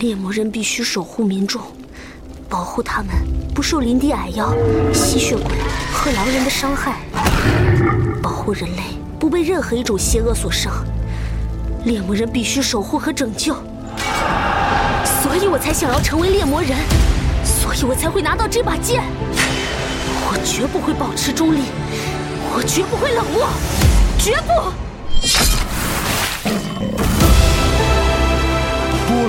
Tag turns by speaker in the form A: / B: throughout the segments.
A: 猎魔人必须守护民众，保护他们不受林地矮妖、吸血鬼和狼人的伤害，保护人类不被任何一种邪恶所伤。猎魔人必须守护和拯救，所以我才想要成为猎魔人，所以我才会拿到这把剑。我绝不会保持中立，我绝不会冷漠，绝不。
B: 波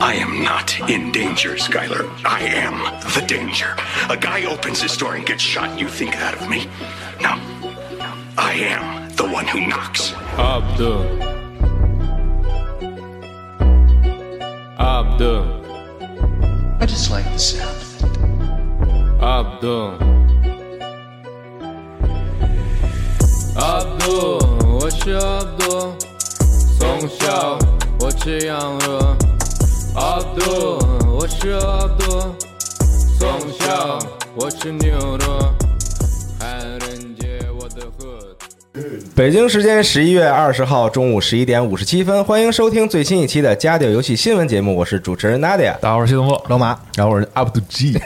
C: I am not in danger, Skylar. I am the danger. A guy opens his door and gets shot, and you think that of me? No. I am the one who knocks.
D: Abdul. Abdul.
E: I just like the sound of it.
D: Abdul. Abdul，我是 Abdul，从小我吃羊肉。Abdul，我是 Abdul，从小我吃牛肉。汉人街我的河。
F: 北京时间十一月二十号中午十一点五十七分，欢迎收听最新一期的《家调游戏新闻节目》，我是主持人 Nadia。
G: 大家好，我是谢东风，老马，然后我是 UP 主 G，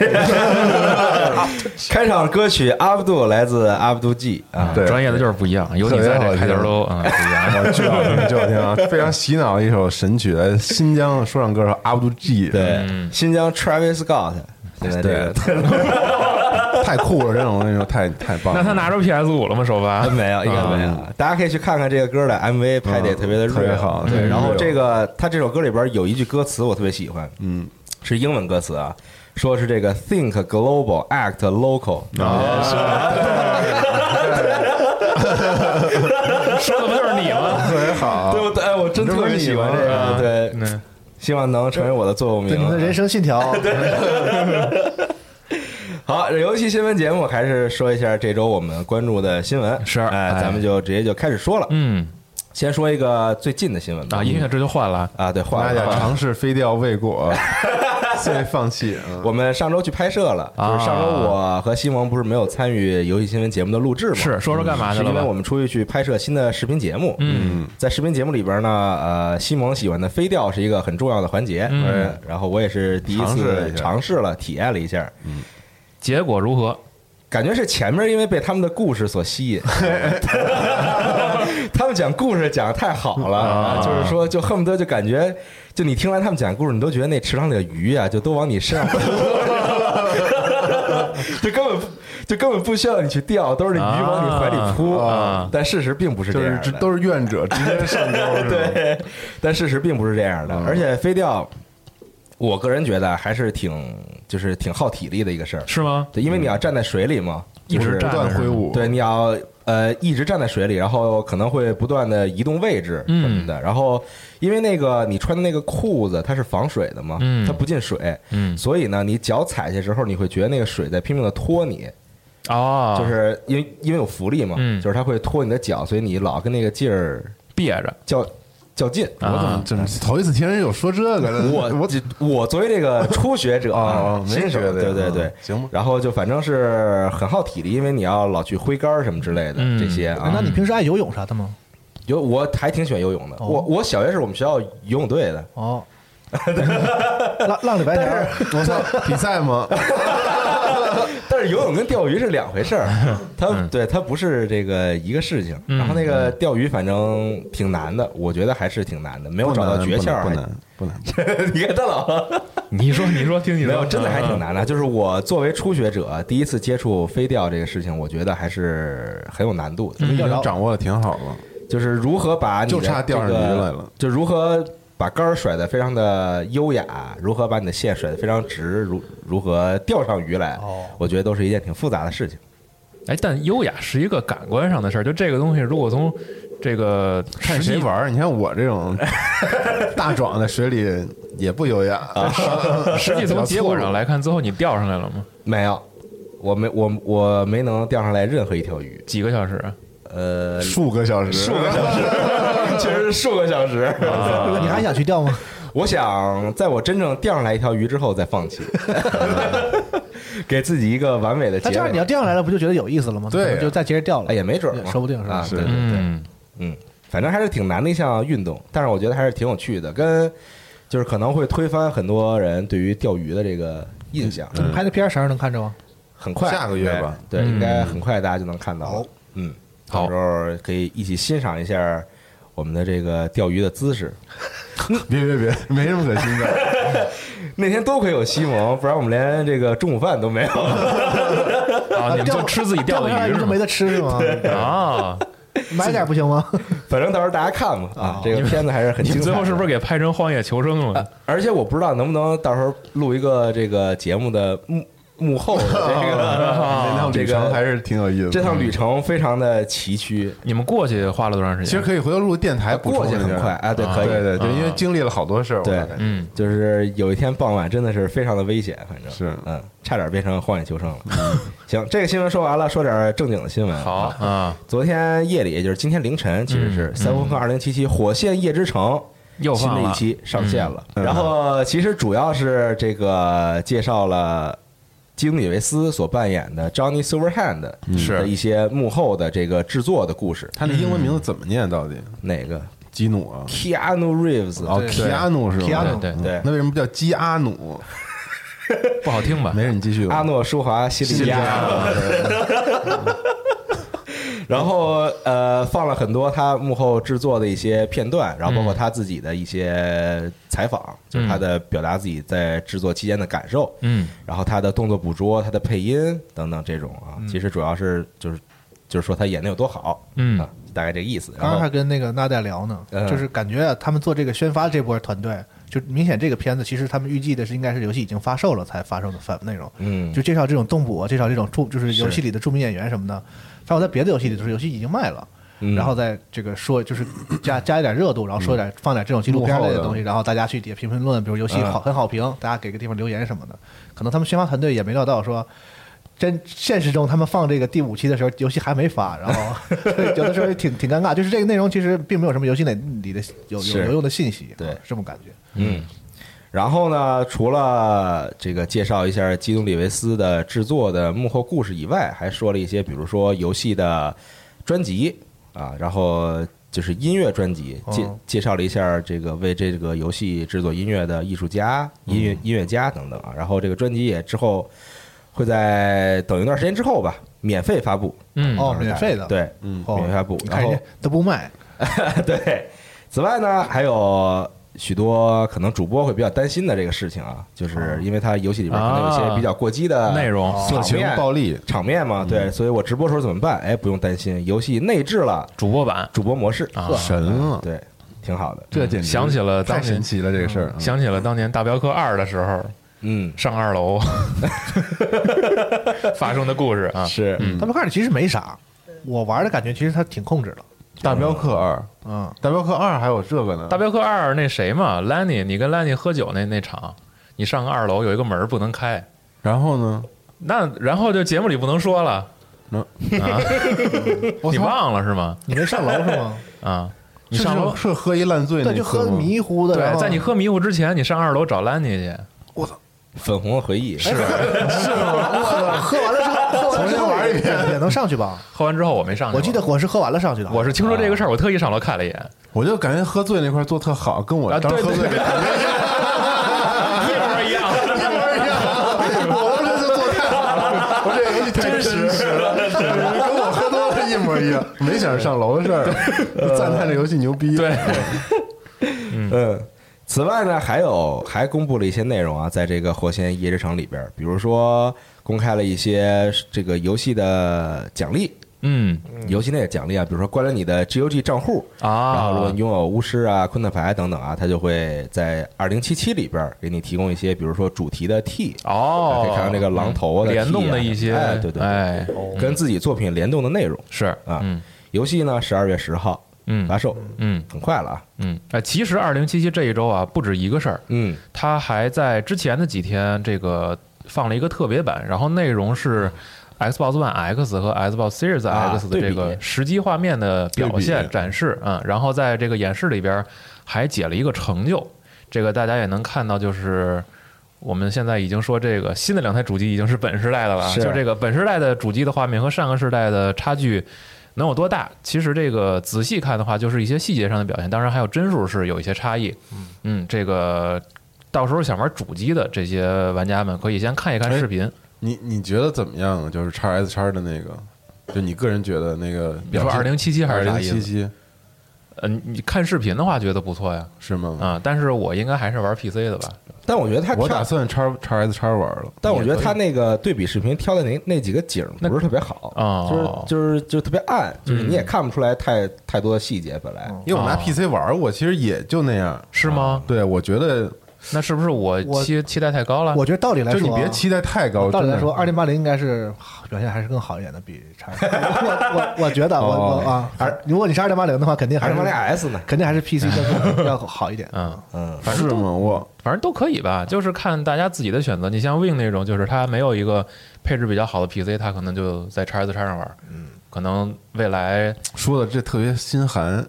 F: 开场歌曲《阿布杜》来自阿布杜 G 啊，
G: 对，专业的就是不一样，有你在这开头都啊不一样。
H: 我就要听，就 要听啊！非常洗脑的一首神曲，啊新疆说唱歌手阿布杜 G，
F: 对，
H: 嗯
F: 新疆 Travis Scott 现在这 个
H: 太酷了，这种 那种太太棒了。
G: 那他拿出 PS 五了吗？首发
F: 没有，应该没有。大家可以去看看这个歌的 MV，拍的也特别的
H: 嗯嗯特别
F: real
H: 好
F: 对，
H: 嗯
F: 然后
H: real
F: 这个他这首歌里边有一句歌词我特别喜欢，嗯，是英文歌词啊，说是这个 think global, act local。
H: 啊
G: 说的不就是你吗？
H: 特别好，
F: 对不对？哎我真特别喜欢这
G: 啊
F: 个，对，
G: 嗯
F: 希望能成为我的座右
I: 对你的
F: 铭。啊
I: 人生信条，
F: 好，游戏新闻节目还是说一下这周我们关注的新闻。
G: 是
F: 哎，
G: 哎
F: 咱们就直接就开始说了。
G: 嗯
F: 先说一个最近的新闻吧
G: 啊，音乐这就换了，
F: 啊，对，
H: 大
F: 换
H: 家
F: 了换了。
H: 尝试飞调 未果，所以放弃。嗯
F: 我们上周去拍摄了，就是上周我和西蒙不是没有参与游戏新闻节目的录制吗？
G: 啊
F: 嗯
G: 是说说干嘛去
F: 是
G: 了
F: 因为
G: 吧
F: 我？们出去去拍摄新的视频节目。
G: 嗯，
F: 在视频节目里边呢，呃，西蒙喜欢的飞调是一个很重要的环节。
G: 嗯
F: 呃然后我也是第一
H: 尝试了
F: 次
H: 一下
F: 尝试了、体验了一下，
G: 结果如何？
F: 感觉是前面因为被他们的故事所吸 引，他们讲故事讲的太好了，
G: 啊
F: 就是说就恨不得就感觉，就你听完他们讲故事，你都觉得那池塘里的鱼啊，就都往你 身上 扑，就根本不就根本不需要你去钓，都是鱼往你怀里扑。
G: 啊
F: 但事实并不是
H: 就
F: 这
H: 是
F: 样
H: 这
F: 的，
H: 都是愿者直接上钩，是吧
F: 对，但事实并不是这样的，
H: 嗯
F: 而且飞钓，我个人觉得还是挺就是挺耗体力的一个事儿，
G: 是吗？
F: 对，因为你要站在水里嘛，
G: 一直
F: 就是
H: 不
G: 站
H: 断
G: 着
H: 挥
G: 是吗，
H: 舞，
F: 对，你要呃一直站在水里，然后可能会不断的移动位置什
G: 嗯
F: 么的。然后因为那个你穿的那个裤子它是防水的嘛，
G: 嗯
F: 它不进水，
G: 嗯，
F: 所以呢，你脚踩下之后，你会觉得那个水在拼命的拖你，
G: 哦，
F: 就是因为因为有浮力嘛，
G: 嗯
F: 就是它会拖你的脚，所以你老跟那个劲儿
G: 憋着
F: 较较劲。
H: 我怎么
G: 啊，
H: 这么嗯头一次听人有说这个的？
F: 我
H: 我
F: 我作为这个初学者啊
H: 哦，没
F: 新手，
H: 学的
F: 对对
H: 嗯
F: 对，
H: 行吧
F: 然后就反正是很耗体力，因为你要老去挥杆儿什么之类的
G: 嗯
F: 这些啊。
I: 那你平时爱游泳啥的吗？
F: 有，我还挺喜欢游泳的。
I: 哦
F: 我我小学是我们学校游泳队的，
I: 哦，浪浪里白条，
H: 我操，比赛吗？
F: 但是游泳跟钓鱼是两回事儿，它对它不是这个一个事情。
G: 嗯
F: 然后那个钓鱼反正挺难的，我觉得还是挺难的，没有
H: 不
F: 找到
H: 难
F: 诀
H: 不
F: 窍
H: 难
F: 还。
H: 不难不难。
F: 你看大佬，啊
G: 你说你说，听你
F: 没
G: 的，
F: 有真的还挺
G: 啊。
F: 难的。就是我作为初学者，第一次接触飞钓这个事情，我觉得还是很有难
H: 嗯
F: 度的。
H: 已经掌握的挺好了，
F: 就是如何把你的
H: 就差钓上
F: 这个
H: 鱼来了，
F: 就如何把杆儿甩得非常的优雅，如何把你的线甩得非常直，如如何钓上鱼来，
I: 哦
F: 我觉得都是一件挺复杂的事情。
G: 哎，但优雅是一个感官上的事儿，就这个东西，如果从这个
H: 看谁玩儿。你看我这种大壮在水里也不优雅，
G: 实际，实际从结果上
H: 来。
G: 来看，最后你钓上来了吗？
F: 没有，我没我我没能钓上来任何一条鱼，
G: 几个小时啊？
F: 呃，
H: 数个小时，数个小时，
F: 确实是数个小时。
H: 啊
I: 你还想去钓吗？
F: 我想在我真正钓上来一条鱼之后再 放弃，给自己一个完美的结
I: 那
F: 尾。
I: 这样你要钓上来了，不就觉得有意思了吗？
H: 对呀
I: 可能就再接着钓了。
F: 哎也没准儿嘛，
I: 说不定是吧
F: 啊，
H: 是
F: 对对对，
G: 嗯，
F: 嗯，反正还是挺难的一项运动，但是我觉得还是挺有趣的，跟就是可能会推翻很多人对于钓鱼的这个印象。
I: 你们拍的片儿啥时候能看着吗？
F: 很快，
H: 嗯下个月吧
F: 对，对，
G: 嗯
F: 应该很快大家就能看到了。嗯，
G: 好
F: 到时候可以一起欣赏一下我们的这个钓鱼的姿势。
H: 别别别，没什么可心的。
F: 那天多亏有西蒙，不然我们连这个中午饭都没有。
G: 啊，你们就吃自己钓
I: 钓
G: 的
I: 上来
G: 鱼
I: 就是就
G: 吗
I: 没？得吃是吗？
G: 啊，
I: 买点不行吗？
F: 反正到时候大家看吧。啊，这个片子还是很
G: 你
F: 精
G: 们
F: 彩。
G: 最后是不啊是？给拍成《荒野求生》了？
F: 而且我不知道能不能到时候录一个这个节目的幕幕后的这
H: 那
F: 个
H: 趟
F: 这
H: 旅程还
F: 个。
H: 是挺有意思的。
F: 这趟旅程非常的崎岖，
G: 你们过去花了多长时
H: 其实
G: 间？
H: 可以回头录电台补充
F: 过
H: 一
F: 去
H: 下
F: 很快，啊，对，可以，
H: 对对对，
G: 啊
H: 因为经历了好多事儿，我
F: 对
H: 感觉
G: 嗯，
F: 就是有一天傍晚真的是非常的危险，反正
H: 是
F: 嗯，差点变成荒野求生了。行，这个新闻说完了，说点正经的新闻。
G: 好
F: 啊，
G: 啊，
F: 昨天夜里，也就是今天凌晨，其实是《赛博朋克2077：火线夜之城》
G: 嗯又
F: 新
G: 放
F: 的一
G: 了嗯
F: 期上线了。然后其实主要是这个介绍了。基努·里维斯所扮演的 Johnny Silverhand
G: 嗯是
F: 的一些幕后的这个制作的故事，
H: 他那英文名字怎么念？到底
F: 哪个
H: 基努啊？
F: Keanu Reeves
H: 哦，
I: 对
H: 基阿努是吧？嗯
I: 基阿努
G: 对对
F: 对
H: 那为什么叫基阿努？
G: 不好听吧？
H: 没事，你继续吧。
F: 阿诺舒华西
H: 西
F: 利
H: 利亚
F: 亚， 然后呃，放了很多他幕后制作的一些片段，然后包括他自己的一些采访，就是他的表达自己在制作期间的感受，
G: 嗯，
F: 然后他的动作捕捉、他的配音等等这种啊，
I: 嗯
F: 其实主要是就是就是说他演的有多好，
G: 嗯
F: 啊，大概这个意思。
I: 刚
F: 然
I: 刚还
F: 后
I: 跟那个娜代聊呢，
F: 嗯
I: 就是感觉啊，他们做这个宣发这波团队，就明显这个片子其实他们预计的是应该是游戏已经发售了才发售的发内容，
F: 嗯
I: 就介绍这种动捕，啊介绍这种著就是游戏里的著名演员什么的，但我在别的游戏里就是游戏已经卖了。
F: 嗯
I: 然后再这个说，就是加加一点热度，然后说点放点这种纪录片类
H: 幕
I: 的
H: 后的
I: 东西，然后大家去底下评评论，比如游戏
F: 嗯
I: 好很好评，大家给个地方留言什么的。可能他们宣发团队也没料到说，真现实中他们放这个第五期的时候，游戏还没发，然 后 有的时候也挺挺尴尬，就是这个内容其实并没有什么游戏内里的有有
F: 是
I: 有用的信息，
F: 对
I: 啊这种感觉。
F: 嗯，然后呢，除了这个介绍一下基努·里维斯的制作的幕后故事以外，还说了一些，比如说游戏的专辑啊，然后就是音乐专辑，介
I: 哦
F: 介绍了一下这个为这个游戏制作音乐的艺术家、
I: 嗯
F: 音乐音乐家等等啊。然后这个专辑也之后会在等一段时间之后吧，免费发布。啊
G: 嗯，
I: 哦，免费的，
F: 对，
H: 嗯
I: 哦，
F: 免费发布
I: 你
F: 然
I: 看
F: 后
I: 人家都不卖，
F: 对，此外呢，还有许多可能主播会比较担心的这个事情啊，就是因为它游戏里边可能有一些比较过激的
G: 内容
H: 色情暴力，
F: 场面嘛，对，所以我直播时候怎么办？哎，不用担心，游戏内置了
G: 主播版
F: 主播模式，
G: 啊，
H: 神了！
F: 对，挺好的，嗯
H: 这简直
G: 想起了当
H: 太
G: 年
H: 神奇了，这个事儿。嗯
G: 想起了当年《大镖客二》的时候，
F: 嗯，
G: 上二楼发生的故事啊。
F: 是，
I: 他们看着其实没啥，我玩的感觉其实它挺控制的，
H: 大镖客二，
I: 嗯，
H: 大镖客二还有这个呢
G: 《大。镖客二》那谁嘛，Lanny，你跟 Lanny 喝酒那那场，你上个二楼有一个门儿不能开，
H: 然后呢？
G: 那然后就节目里不能说了，
H: 嗯
G: 啊，你忘了是吗？
I: 你没上楼是吗？
G: 啊，你
H: 是
G: 上楼
H: 是是喝一烂醉 那
I: 对，
H: 次吗，
I: 就喝得迷糊的，然
G: 对，
I: 后
G: 在你喝迷糊之前，你上二楼找 Lanny 去。
F: 粉红的回忆，是
I: 喝完了之后，喝完了之后
H: 重新玩一
I: 也也能上去吧？
G: 喝完之后我没上去，
I: 我记得我是喝完了上去的，
G: 我是听说这个事儿，我特意上楼看了一眼。
H: 我就感觉喝醉那块儿做特好，跟我当时喝醉
G: 啊对对
H: 感觉
G: 一
H: 一模一
G: 模一样，
H: 样。我当时就做太好了，我这游戏太真实了，跟我喝多了一模一样。没想着上楼的事儿，赞叹这游戏牛逼。
G: 对，
F: 嗯。此外呢，还有还公布了一些内容啊，在这个《火线夜之城》里边儿，比如说公开了一些这个游戏的奖励
G: 嗯
F: 游戏内的奖励啊，比如说关了你的 GOG 账户，然后如果
G: 啊
F: 你，拥有巫师啊、昆特牌等等啊，它就会在二零七七里边儿给你提供一些，比如说主题的 T，
G: 哦，
F: 可以看到那个狼头啊
G: 嗯
F: 的 T 啊
G: 联动的一些，
F: 哎对对对
G: 哎，
F: 跟自己作品联动的内容。
G: 是
F: 啊
G: 嗯
F: 游戏呢，十二月十号发
G: 嗯
F: 售，
G: 嗯
F: 很快了啊。
G: 嗯，哎，其实二零七七这一周啊，不止一个事儿，
F: 嗯，
G: 它还在之前的几天这个放了一个特别版，然后内容是 Xbox One X 和 Xbox Series
F: 啊
G: X 的这
F: 对
G: 个
F: 比
G: 实际画面的表
H: 对
G: 现
H: 比
G: 展示啊、嗯，然后在这个演示里边还解了一个成就，这个大家也能看到，就是我们现在已经说这个新的两台主机已经是本世代的了，啊
F: 是
G: 就这个本世代的主机的画面和上个世代的差距。能有多大？其实这个仔细看的话，就是一些细节上的表现，当然还有帧数是有一些差异。嗯，这个到时候想玩主机的这些玩家们可以先看一看视频。
H: 你你觉得怎么样？啊就是叉 S 叉的那个，就你个人觉得那个
G: 你说
H: 表现
G: 2077还是啥意思
H: 2077
G: 呃，你你看视频的话觉得不错呀，
H: 是吗？
G: 啊，但是我应该还是玩 PC 的吧？
F: 但我觉得它
H: 我
F: 跳
H: 打算叉叉 S 叉玩了，
F: 但我觉得他那个对比视频挑的那那几个景儿不是特别好，
G: 哦
F: 就是就是就是特别暗，就是
G: 嗯
F: 你也看不出来太太多的细节。本来
H: 因为我拿
G: 啊
H: PC 玩，我其实也就那样。啊
G: 是吗？
H: 对，我觉得
G: 那是不是我
I: 我
G: 期期待太高了？
I: 我觉得道理来
H: 就
I: 说，
H: 你别期待太高。
I: 道理
H: 真
I: 来
H: 的
I: 说，二零八零应该是 表现还是更好一点的，比叉。 我我我觉得，我我啊，而如果你是二零八零的话，肯定还
F: 还
I: 是
F: 是往那 S 呢，
I: 肯定还是 PC 更要好一点。
G: 嗯，
F: 嗯，
H: 是吗？我
G: 反正都可以吧，就是看大家自己的选择。你像 Win 那种，就是它没有一个配置比较好的 PC，它可能就在 x S 叉上玩。嗯，可能未来
H: 说的这特别心寒，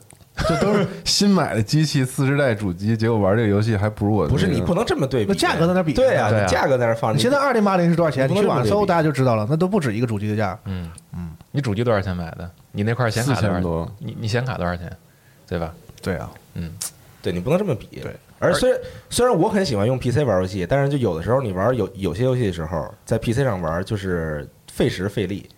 H: 这都是新买的机器，四十代主机，结果玩这个游戏还不如我那个。
F: 不是你不能这么对比，
I: 那价格在那比
F: 对啊，
G: 对啊
F: 你价格在那放，
I: 你现在二零八零是多少钱？
F: 你
I: 你
F: 不能
I: 去网上
F: 这么对
I: 搜，
F: 比
I: 大家就知道了，那都不止一个主机的价。
G: 你主机多少钱买的？你那块显卡多少
H: 4000多
G: 钱？你你显卡多少钱？对吧？
I: 对啊，
F: 对你不能这么比。
I: 对，
F: 而虽然虽然我很喜欢用 PC 玩游戏，但是就有的时候你玩有有些游戏的时候，在 PC 上玩就是费时费力，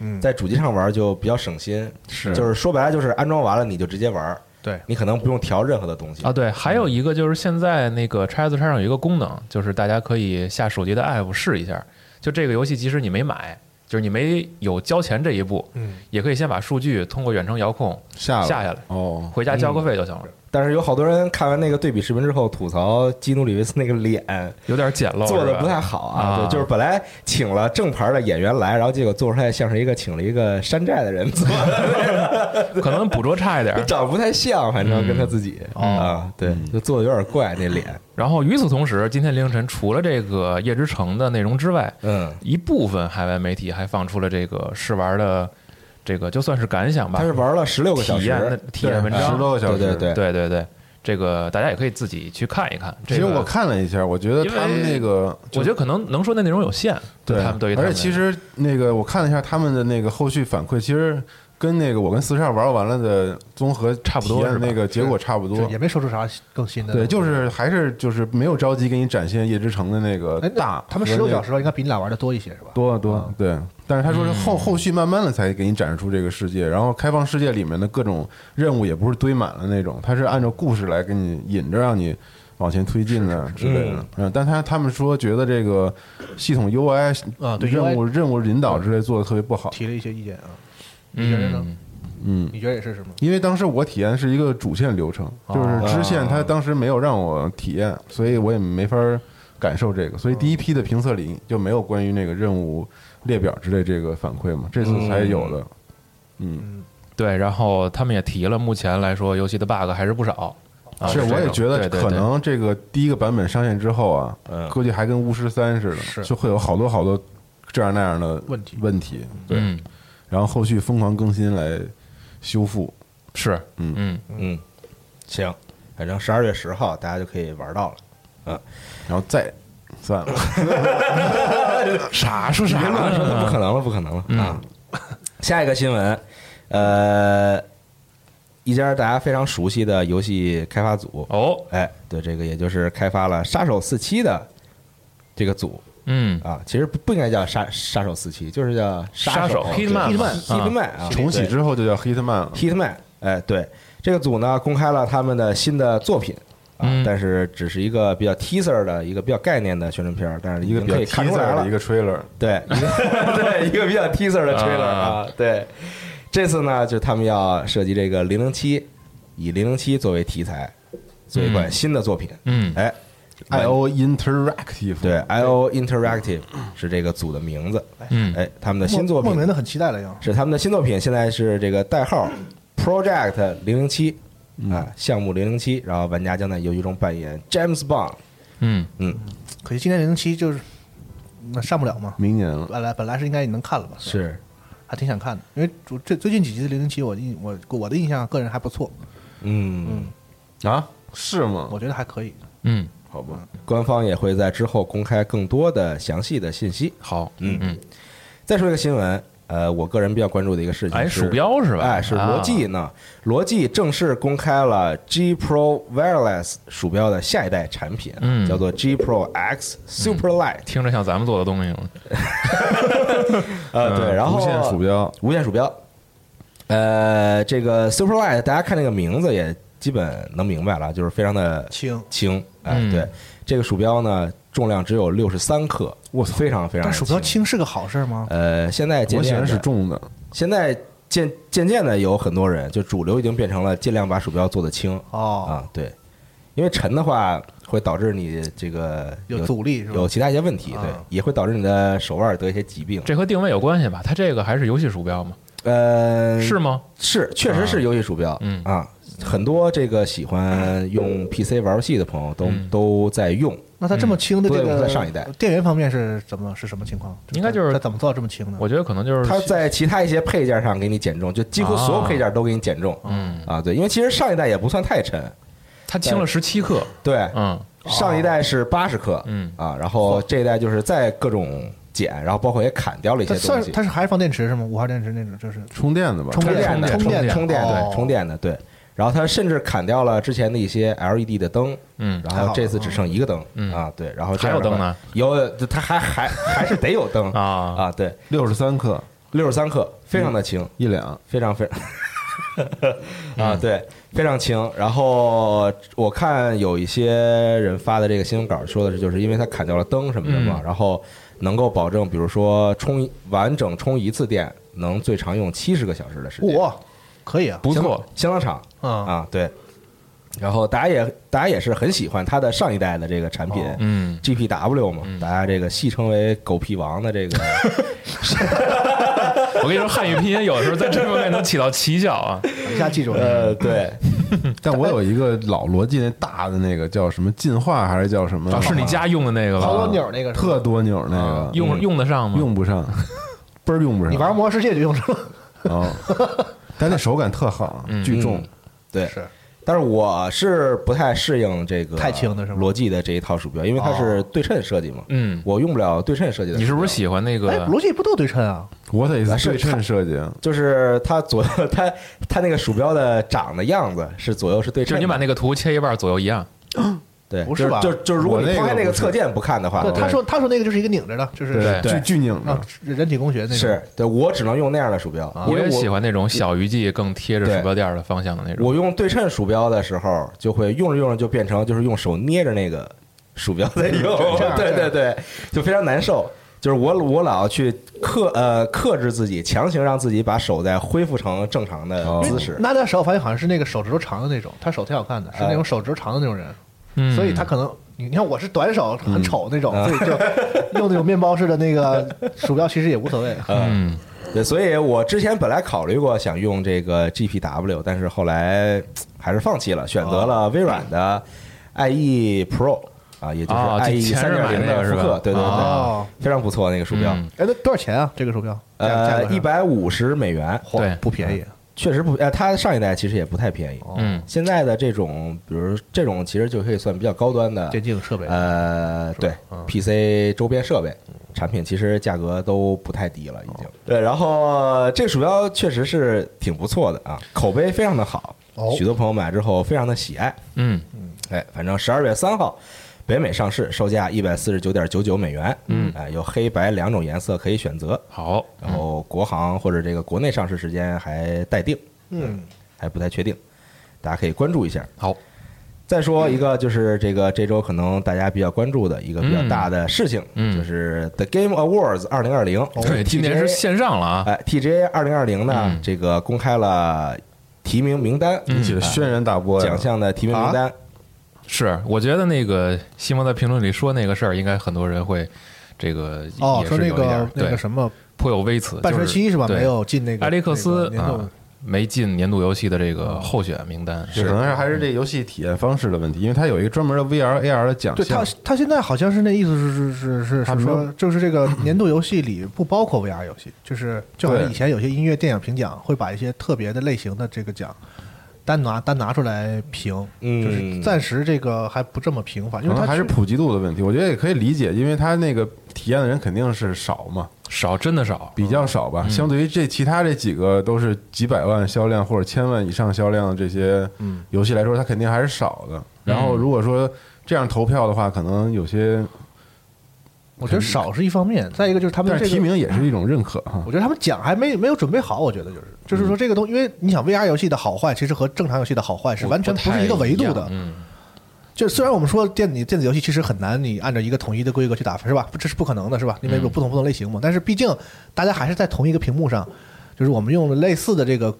I: 嗯，
F: 在主机上玩就比较省心。
H: 是
F: 就是说白了就是安装完了你就直接玩，
I: 对
F: 你可能不用调任何的东西
G: 啊，。对，还有一个就是现在那个 x S 叉上有一个功能，就是大家可以下手机的 app 试一下。就这个游戏，即使你没买，就是你没有交钱这一步，
I: 嗯，
G: 也可以先把数据通过远程遥控
H: 下了
G: 下下来，
H: 哦，
G: 回家交
I: 嗯
G: 个费就行了。
F: 但是有好多人看完那个对比视频之后吐槽基努里维斯那个脸
G: 有点简陋，
F: 做
G: 是
F: 的
G: 吧
F: 不太好啊，
G: 啊
F: 对，就是本来请了正牌的演员来，然后结果做出来像是一个请了一个山寨的人做的，
G: 可能捕捉差一点儿。
F: 长得不太像，反正
G: 嗯
F: 跟他自己
G: 哦
F: 啊，对，就做的有点怪那脸，
G: 然后与此同时，今天凌晨除了这个《夜之城》的内容之外，
F: 嗯，
G: 一部分海外媒体还放出了这个试玩的这个就算是感想吧
F: 他，是玩了十六个小
G: 体验的
F: 时，
G: 体验文
H: 对
G: 章
H: 十。多个小
F: 对
H: 时。
F: 对对，
G: 对对对，这个大家也可以自己去看一看。
H: 其
G: 这
H: 实
G: 个
H: 我看了一下，我觉得他们那个，
G: 我觉得可能能说的内容有限，
H: 对
G: 他们对于他
H: 而
G: 们
H: 且
G: 来
H: 其实那个我看了一下他们的那个后续反馈，其实跟那个我跟四十二玩完了的综合
G: 差不多
H: 体验
G: 是吧
H: 那个结果差不
I: 就
H: 多
I: 也。没说出啥更新的。
H: 对，就是还是就是没有着急给你展现夜之城的那个
I: 哎，那嗯
H: 大和那个，
I: 他们十六小时吧应该比你俩玩的多一些是吧？
H: 多多对，但是他说是
I: 嗯
H: 后后续慢慢的才给你展示出这个世界，然后开放世界里面的各种任务也不是堆满了那种，他是按照故事来给你引着让你往前推进的之类的。嗯，但他他们说觉得这个系统 UI
I: 啊对
H: 任务
I: UI
H: 任务引导之类做的特别不好，
I: 提了一些意见啊，你觉得呢？嗯，你觉得也是是吗？
H: 因为当时我体验是一个主线流程，
I: 哦
H: 就是支线它当时没有让我体验，所以我也没法儿感受这个。所以第一批的评测里就没有关于那个任务列表之类这个反馈嘛，这次才有的。嗯，
G: 对，然后他们也提了，目前来说游戏的 bug 还是不少。啊、
H: 是，
G: 这
H: 我也
G: 种
H: 觉得
G: 对对
H: 可
G: 对
H: 能这个第一个版本上线之后啊
F: 嗯，
H: 估计还跟巫师三似的，就会有好多好多这样那样的
I: 问题
H: 问题，
G: 嗯
H: 然后后续疯狂更新来修复。
G: 是
H: 嗯
G: 嗯
F: 嗯，行，反正十二月十号大家就可以玩到了。
H: 然后再算了，
G: 啥说啥
F: 别乱说，那不可能了，不可能了、
G: 嗯
F: 啊！下一个新闻，呃，一家大家非常熟悉的游戏开发组，
G: 哦，
F: 哎，对，这个也就是开发了《杀手四七》的这个组
G: 嗯，
F: 啊，其实不不应该叫杀杀手四七，就是叫杀
G: 杀手 Hitman 嘛嗯
F: Hitman 啊，
H: 重启
F: 对
H: 之后就叫 Hitman 了。
F: Hitman，哎，对，这个组呢公开了他们的新的作品啊
G: 嗯，
F: 但是只是一个比较 teaser 的一个比较概念的宣传片儿，但是
H: 一个比较
F: 嗯可以看出
H: teaser
F: 来了
H: 的一，个 trailer，
F: 对， 一个对一个比较 teaser 的 trailer 啊，对。这次呢，就他们要设计这个零零七，以零零七作为题材，做一款新的作品。
G: 嗯
F: 哎
H: I O Interactive，
F: 对，I O Interactive 是这个组的名字。
G: 嗯
F: 哎，他们的新作
I: 莫莫
F: 品
I: 名的很期待了又。
F: 是他们的新作品，现在是这个代号 Project 零零七
G: 嗯
F: 啊，项目零零七。然后玩家将在游戏中扮演 James Bond。
G: 嗯
F: 嗯，
I: 可惜今年零零七就是那上不了嘛，
H: 明年了，
I: 本来本来是应该你能看了吧？吧，
F: 是，
I: 还挺想看的，因为主最最近几集的零零七，我印我我的印象个人还不错，
F: 嗯，
H: 啊，是吗？
I: 我觉得还可以。
G: 嗯，
F: 好吧，官方也会在之后公开更多的详细的信息。
G: 好，
F: 嗯
G: 嗯，
F: 再说一个新闻，呃，我个人比较关注的一个事情
G: 哎，
F: 是，
G: 鼠标是吧？
F: 哎，是罗技
G: 啊，
F: 呢，罗技正式公开了 G Pro Wireless 鼠标的下一代产品，
G: 嗯
F: 叫做 G Pro X Super Light，
G: 听着像咱们做的东西吗？
F: 呃，对，然后
H: 嗯无线鼠标，
F: 无线鼠标，呃，这个 Super Light，大家看这个名字也基本能明白了，就是非常的
I: 轻
F: 轻，哎，
G: 嗯
F: 对，这个鼠标呢，重量只有六十三克，我非常非常
I: 但
F: 地
I: 鼠标，轻是个好事儿吗？
F: 呃，现在渐
H: 我喜
F: 渐
H: 欢
F: 的
H: 使重的，
F: 现在渐渐渐的有很多人，就主流已经变成了尽量把鼠标做的轻
I: 哦，
F: 啊，对，因为沉的话会导致你这个
I: 有阻力是吧
F: 有其他一些问题，对
I: 啊，
F: 也会导致你的手腕得一些疾病。
G: 这和定位有关系吧？它这个还是游戏鼠标吗？
F: 呃，
I: 嗯
G: 是吗？
F: 是，确实是游戏鼠标，
G: 嗯
F: 啊，很多这个喜欢用 PC 玩游戏的朋友都
G: 嗯
F: 都在用，
I: 那它这么轻的这
F: 对我
I: 个
F: 在上一代
I: 电源方面是怎么是什么情况？
G: 应该就是
I: 它它怎么做到这么轻呢？
G: 我觉得可能就是啊
F: 它在其他一些配件上给你减重，就几乎所有配件都给你减重，
G: 嗯，
F: 啊，对，因为其实上一代也不算太沉，
G: 它轻了十七克，
F: 对，
G: 嗯
F: 上一代是八十克，
G: 嗯
F: 啊，然后这一代就是在各种减，然后包括也砍掉了一些
I: 它
F: 东
I: 算
F: 西，
I: 它是还是放电池是吗？五号电池那种，就是
H: 充电的吧，
I: 充
F: 电的
I: 充
F: 充
I: 电的
F: 充电
I: 哦
F: 对充电的对，然后它甚至砍掉了之前的一些 LED 的灯，
G: 嗯
F: 然后这次只剩一个灯
G: 嗯
F: 啊，对，然后这
G: 还有
F: 样的话
G: 灯呢，
F: 有它还还还是得有灯
G: 啊
F: 啊，对，
H: 六十三克
F: 六十三克，非常的轻，
H: 一两，
F: 非常 非常。
G: 嗯
F: 啊，对，非常轻。然后我看有一些人发的这个新闻稿说的是，就是因为它砍掉了灯什么的嘛，
G: 嗯
F: 然后能够保证，比如说充一完整充一次电，能最长用七十个小时的时间，
I: 哇，可以啊，
G: 不
F: 相
G: 错，
F: 相当长
I: 啊
F: 啊，对。然后大家也大家也是很喜欢它的上一代的这个产品，
G: 嗯
F: GPW 嘛，大家这个戏称为“狗屁王”的这个
G: 我跟你说，汉语拼音有时候在这方面能起到奇效 啊。
I: 一下记住了。
F: 呃，对，
H: 但我有一个老罗技那大的那个叫什么进化还是叫什么？
G: 啊，是你啊家用的那个吧？
I: 好多钮儿那个是吧
H: 特多钮那
I: 嗯
H: 个，
G: 用用得上吗？
H: 用不上， 倍儿用不上。
I: 你玩《魔兽世界》就用上了，
H: 啊？但那手感特好，巨重
F: 嗯。对，
I: 是
F: 但是我是不太适应这个
I: 太轻的是吗
F: 罗技的这一套鼠标，因为它是对称设计嘛。
G: 嗯
F: 我用不了对称设计的鼠标。
G: 你是不是喜欢那
I: 哎，
G: 个？
I: 罗技不都对称啊？
H: 我得
F: 是
H: 对称设计，啊
F: 就是它左右它它那个鼠标的长的样子是左右是对
G: 就
F: 称的？
G: 是你把那个图切一半左右一样。
F: 对，
I: 不是吧
F: 就就就是如果
H: 我
F: 你
H: 那个
F: 抛开那个
H: 不是
F: 侧键不看的话，
I: 对，他
F: 对
I: 说他说那个就是一个拧着的，就是
G: 对
H: 巨巨拧
I: 啊
H: 的。，
I: 人体工学那种。
F: 是对我只能用那样的鼠标，
I: 啊
F: 因
G: 我
F: 为
G: 也
F: 我
G: 喜欢那种小鱼际更贴着
F: 对
G: 鼠标垫儿的方向的那种。
F: 我用对称鼠标的时候，就会用着用着就变成就是用手捏着那个鼠标在用，对对对，就非常难受。就是我我老要去克呃克制自己，强行让自己把手再恢复成正常的
I: 哦
F: 姿势。
I: 那那手我发现好像是那个手指头长的那种，他手挺好看的，是那种手指头长的那种人，
G: 哎嗯啊
I: 所以他可能你你看我是短手很丑那种，所 以就用那种面包式的那个鼠标其实也无所谓。
G: 嗯，
F: 对，所以我之前本来考虑过想用这个 GPW，但是后来嘖还是放弃了，选择了微软的 IE Pro 啊，也就是
G: 哦
F: IE
G: 前
F: 三
G: 日
F: 点
G: 买
F: 零
G: 那个
F: 的
G: 是
F: 复
G: 吧
F: 刻，对对对
I: 哦，
F: 非常不错那个鼠标，
G: 嗯
I: 哎，那多少钱啊？这个鼠标？
F: 呃，
I: 价格
F: 一百五十美元，
I: 嚯
G: 对
I: 不便宜。
F: 确实不，呃，它上一代其实也不太便宜。
G: 嗯
F: 现在的这种，比如这种，其实就可以算比较高端的
I: 电竞设备
F: 呃，对，PC 周边设备产品，其实价格都不太低了，已经。嗯对，然后这个鼠标确实是挺不错的啊，口碑非常的好
I: 哦，
F: 许多朋友买之后非常的喜爱。
G: 嗯，
F: 哎，反正十二月三号。北美上市，售价一百四十九点九九美元。嗯，哎，有黑白两种颜色可以选择。
G: 好，
F: 然后国行或者这个国内上市时间还待定，
I: 嗯，哦
F: 还不太确定，大家可以关注一下。
G: 好，
F: 再说一个，就是这个这周可能大家比较关注的一个比较
G: 嗯
F: 大的事情，
G: 嗯
F: 就是 The Game Awards 二零二零。哦
G: 对，今年是
F: TGA
G: 线上了啊，
F: 哎，TGA 二零二零呢，
G: 嗯
F: 这个公开了提名名单，
G: 嗯啊
H: 这轩然大波呀
F: 奖项的提名名单。
G: 是，我觉得那个西蒙在评论里说那个事儿，应该很多人会这个
I: 哦，
G: 也
I: 说
G: 是
I: 那
G: 有一点
I: 个
G: 儿
I: 那
G: 对
I: 个什么
G: 颇有微词，
I: 半
G: 就
I: 衰期是吧？
G: 对
I: 没有进那个
G: 埃里克
I: 那个
G: 斯
I: 年度
G: 啊，没进年度游戏的这个候选名单，
H: 可能是还是这游戏体验方式的问题，因为它有一个专门的 VR AR 的奖
I: 对他
H: 项，，
I: 他现在好像是那意思是是是是
H: 他
I: 是
H: 没有
I: 说，就是这个年度游戏里不包括 VR 游戏，就是就好像
H: 对
I: 以前有些音乐电影评奖会把一些特别的类型的这个奖单拿单拿出来评，
F: 嗯
I: 就是暂时这个还不这么频繁，因
H: 可
I: 为
H: 能
I: 它
H: 还是
I: 是
H: 普及度的问题。我觉得也可以理解，因为它那个体验的人肯定是少嘛，
G: 少真的少，
H: 比较少吧。相对于这其他这几个都是几百万销量或者千万以上销量的这些游戏来说，它肯定还是少的。然后如果说这样投票的话，可能有些，
I: 我觉得少是一方面，再一个就是他们
H: 但
I: 这
H: 是
I: 个嗯
H: 提名也是一种认可哈
I: 我。觉得他们讲还没没有准备好，我觉得就是就是
H: 嗯
I: 说这个东，因为你想 VR 游戏的好坏，其实和正常游戏的好坏是完全不是一个维度
G: 不
I: 的
G: 太一样。嗯，
I: 就虽然我们说电子电子游戏其实很难，你按照一个统一的规格去打分是吧？不这是不可能的，是吧？因
H: 嗯
I: 为有不同不同类型嘛。但是毕竟大家还是在同一个屏幕上，就是我们用了类似的这个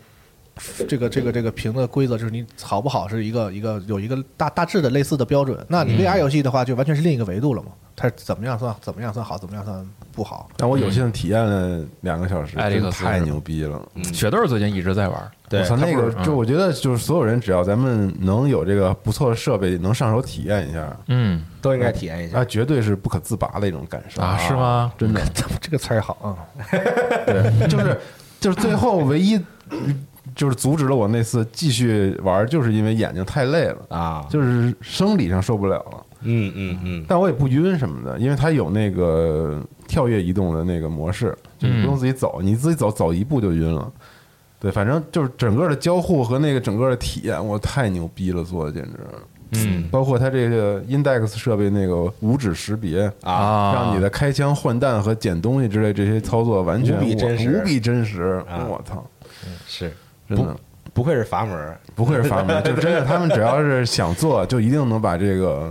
I: 这个这个这个屏的规则，就是你好不好是一个一个有一个大大致的类似的标准。那你
H: 嗯
I: VR 游戏的话，就完全是另一个维度了嘛？它是怎么样算怎么样算好，怎么样算不好？
H: 但我有幸体验了两个小时，
G: 艾利
H: 真
G: 克
H: 的
G: 斯
H: 太
G: 是吧嗯
H: 牛逼了。
G: 雪豆儿最近一直在玩，
F: 对
H: 我操，那个
G: 嗯
H: 就我觉得就是所有人只要咱们能有这个不错的设备，能上手体验一下，
G: 嗯
F: 都应该体验一下
H: 啊，。绝对是不可自拔的一种感受
G: 啊，是？吗？
H: 真 的，
I: 这个词儿好啊！
H: 对，就是就是最后唯一就是阻止了我那次继续玩，就是因为眼睛太累了，
F: 啊，
H: 就是生理上受不了了。
F: 嗯嗯嗯，
H: 但我也不晕什么的，因为它有那个跳跃移动的那个模式，就是不用自己走，你自己走走一步就晕了。对，反正就是整个的交互和那个整个的体验，我太牛逼了，做的简直。
G: 嗯
H: 包括它这个 Index 设备那个五指识别
G: 啊
H: 让你的开枪换弹和捡东西之类这些操作完全
F: 无比真实
H: 无比真实。啊我操，
F: 是
H: 真的
F: 不愧是阀门儿，
H: 不愧是法 门，就真的他们只要是想做，就一定能把这个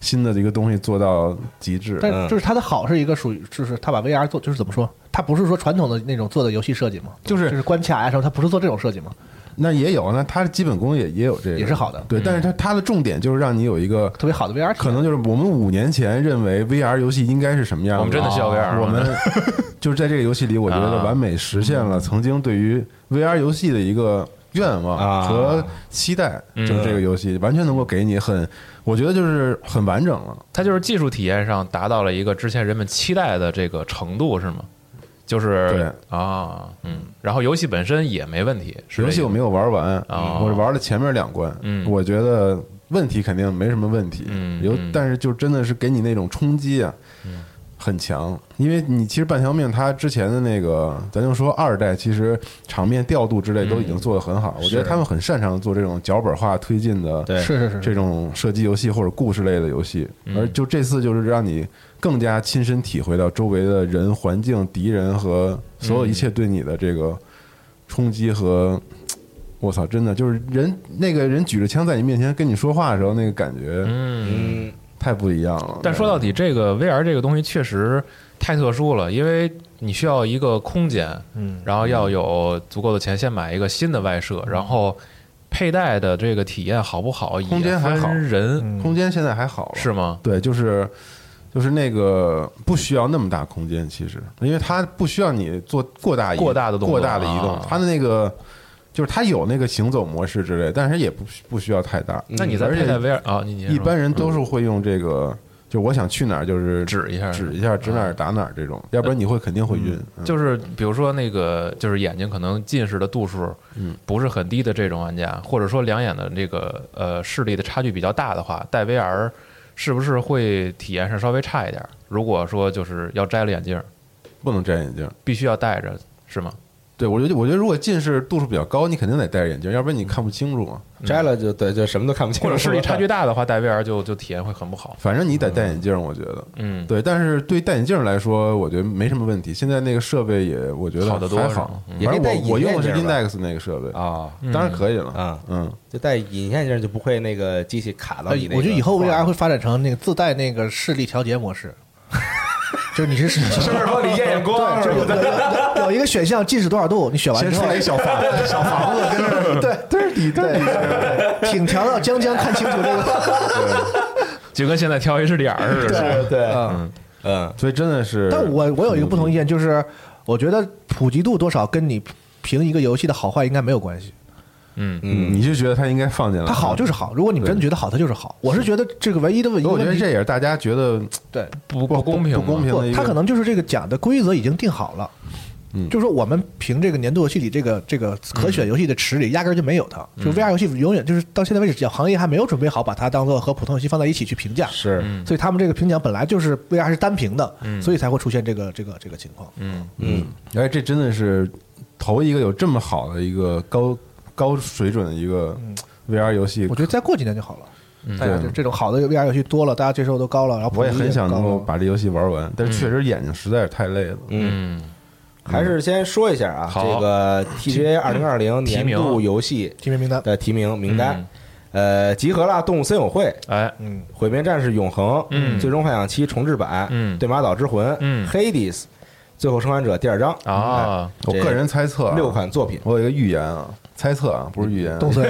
H: 新的一个东西做到极致。
I: 但是就是它的好是一个属于，就是它把 VR 做，就是怎么说，它不是说传统的那种做的游戏设计嘛，
H: 就是
I: 就是关卡呀什么，它不是做这种设计嘛，
H: 那也有，那它的基本功也也有这个，
I: 也是好的
H: 对，但是它它的嗯重点就是让你有一个
I: 特别好的 VR 体验
H: 可能就是我们五年前认为 VR 游戏应该是什么样
G: 我们真的需要 VR
H: 我 们就是在这个游戏里，我觉得
G: 啊
H: 完美实现了曾经对于 VR 游戏的一个愿望
F: 啊
H: 和期待，就是这个游
G: 嗯
H: 戏完全能够给你很，我觉得就是很完整了。
G: 它就是技术体验上达到了一个之前人们期待的这个程度，是吗？就是啊，嗯，然后游戏本身也没问题，是
H: 游戏我没有玩完，
G: 哦
H: 我是玩了前面两关，
G: 嗯
H: 我觉得问题肯定没什么问题，
G: 嗯
H: 有
G: 嗯，
H: 但是就真的是给你那种冲击啊，很强，因为你其实半条命它之前的那个，咱就说二代，其实场面调度之类都已
G: 嗯
H: 经做得很好，我觉得他们很擅长做这种脚本化推进的，
F: 对
I: 是是是
H: 这种射击游戏或者故事类的游戏，
G: 嗯
H: 而就这次就是让你更加亲身体会到周围的人、环境、敌人和所有一切对你的这个冲击和。我操，真的就是人那个人举着枪在你面前跟你说话的时候，那个感觉
G: 嗯，
H: 太不一样了。
G: 但说到底，这个 VR 这个东西确实太特殊了，因为你需要一个空间，嗯，然后要有足够的钱先买一个新的外设，然后佩戴的这个体验好不好，
H: 空间还好嗯
G: 分人
H: 空间现在还好了，
G: 是吗？
H: 对，就是就是那个不需要那么大空间，其实，因为它不需要你做过大移
G: 过大的动作
H: 过大的移动
G: 啊，
H: 它的那个就是它有那个行走模式之类，但是也不不需要太大。
G: 那你在
H: 而且
G: 佩戴 VR 啊？你你先
H: 一
G: 说
H: 般人都是会用这个，就是我想去哪儿，就是
G: 指一下啊
H: 指一下，指哪儿打哪儿这种，要不然你会肯定会晕。嗯
G: 就是比如说那个，就是眼睛可能近视的度数，不是很低的这种玩家，或者说两眼的这个呃视力的差距比较大的话，戴 VR 是不是会体验上稍微差一点儿？如果说就是要摘了眼镜，
H: 不能摘眼镜，
G: 必须要戴着，是吗？
H: 对我觉得我觉得如果近视度数比较高，你肯定得戴着眼镜，要不然你看不清楚嘛。
F: 摘了就对，就什么都看不清，
G: 或者视力 差距。大的话，戴 VR 就就体验会很不好。
H: 反正你得戴眼镜，我觉得，
G: 嗯
H: 对。但是对戴眼镜来说，我觉得没什么问题。现在那个设备也，我觉得
G: 好得多
H: 还
G: 是吗
H: 好。
F: 也可以
H: 反
F: 戴
H: 正
F: 隐
H: 我我用
F: 眼
H: 的是
F: 镜吧
H: Index 那个设备，
F: 啊，
H: 当然可以了。
F: 啊
H: 嗯，
F: 就戴隐形眼镜就不会那个机器卡到你
G: 哎
F: 那个。
I: 呃我觉得以后 VR 会发展成那个自带那个视力调节模式， 就是你 是视
F: 是不是说你验验光什么的？
I: 有有一个选项近视多少度，你选完
H: 先
I: 之后
H: 出 来一小房子，小房子跟那儿
I: 对
H: 嘚儿滴嘚儿滴
I: 对，挺调到将将看清楚这个。
G: 就跟现在挑 HDR 似 的，
F: 对，
I: 嗯
F: 嗯，
H: 所以真的是，
I: 但我我有一个不同意见，就是我觉得普及度多少跟你评一个游戏的好坏应该没有关系，
G: 嗯，
H: 嗯，你就觉得它应该放进来，
I: 它好就是好。如果你真的觉得好，它就是好。我是觉得这个唯一的问
H: 所以
I: 题，
H: 我觉得这也是大家觉得
I: 对
G: 不不公平，啊
H: 不公平
I: 不
H: 的一，个，
I: 它可能就是这个奖的规则已经定好了。
H: 嗯
I: 就是说，我们凭这个年度游戏里这个这个可选游戏的池里，压根儿就没有它。
H: 嗯
I: 就 VR 游戏永远就是到现在为止，行业还没有准备好把它当做和普通游戏放在一起去评价。
F: 是，
G: 嗯
H: 嗯
I: 所以他们这个评奖本来就是 VR 是单屏的，所以才会出现这个这个这个情况。
F: 嗯，
H: 哎，这真的是头一个有这么好的一个高高水准的一个
G: 嗯
H: VR 游戏
I: 我，觉得再过几年就好了。大家
H: 嗯对
I: 就这种好的 VR 游戏多了，大家接受度高了，然后
H: 我也很想
I: 普及
H: 能
I: 度
H: 够
I: 也高了
H: 把这游戏玩完，但是确实眼睛实在是太累了。
G: 嗯，
F: 还是先说一下啊，
G: 好
F: 这个 TGA 二零二零
G: 提
F: 年
G: 名嗯
F: 度游戏
I: 提名名单。
F: 的提名名单，呃，集合了《动物森友会》。
G: 哎，
I: 嗯，
F: 《毁灭战士永恒》
G: 嗯
F: 最终幻想七》重置版，
G: 嗯
F: 对马岛之魂》
G: 嗯
F: Hades》最后生还者第二章
G: 啊，
H: 我个人猜测、
F: 哎六，款作品
H: 我有一个预言啊，猜测啊，不是预言，
G: 嗯
I: 动森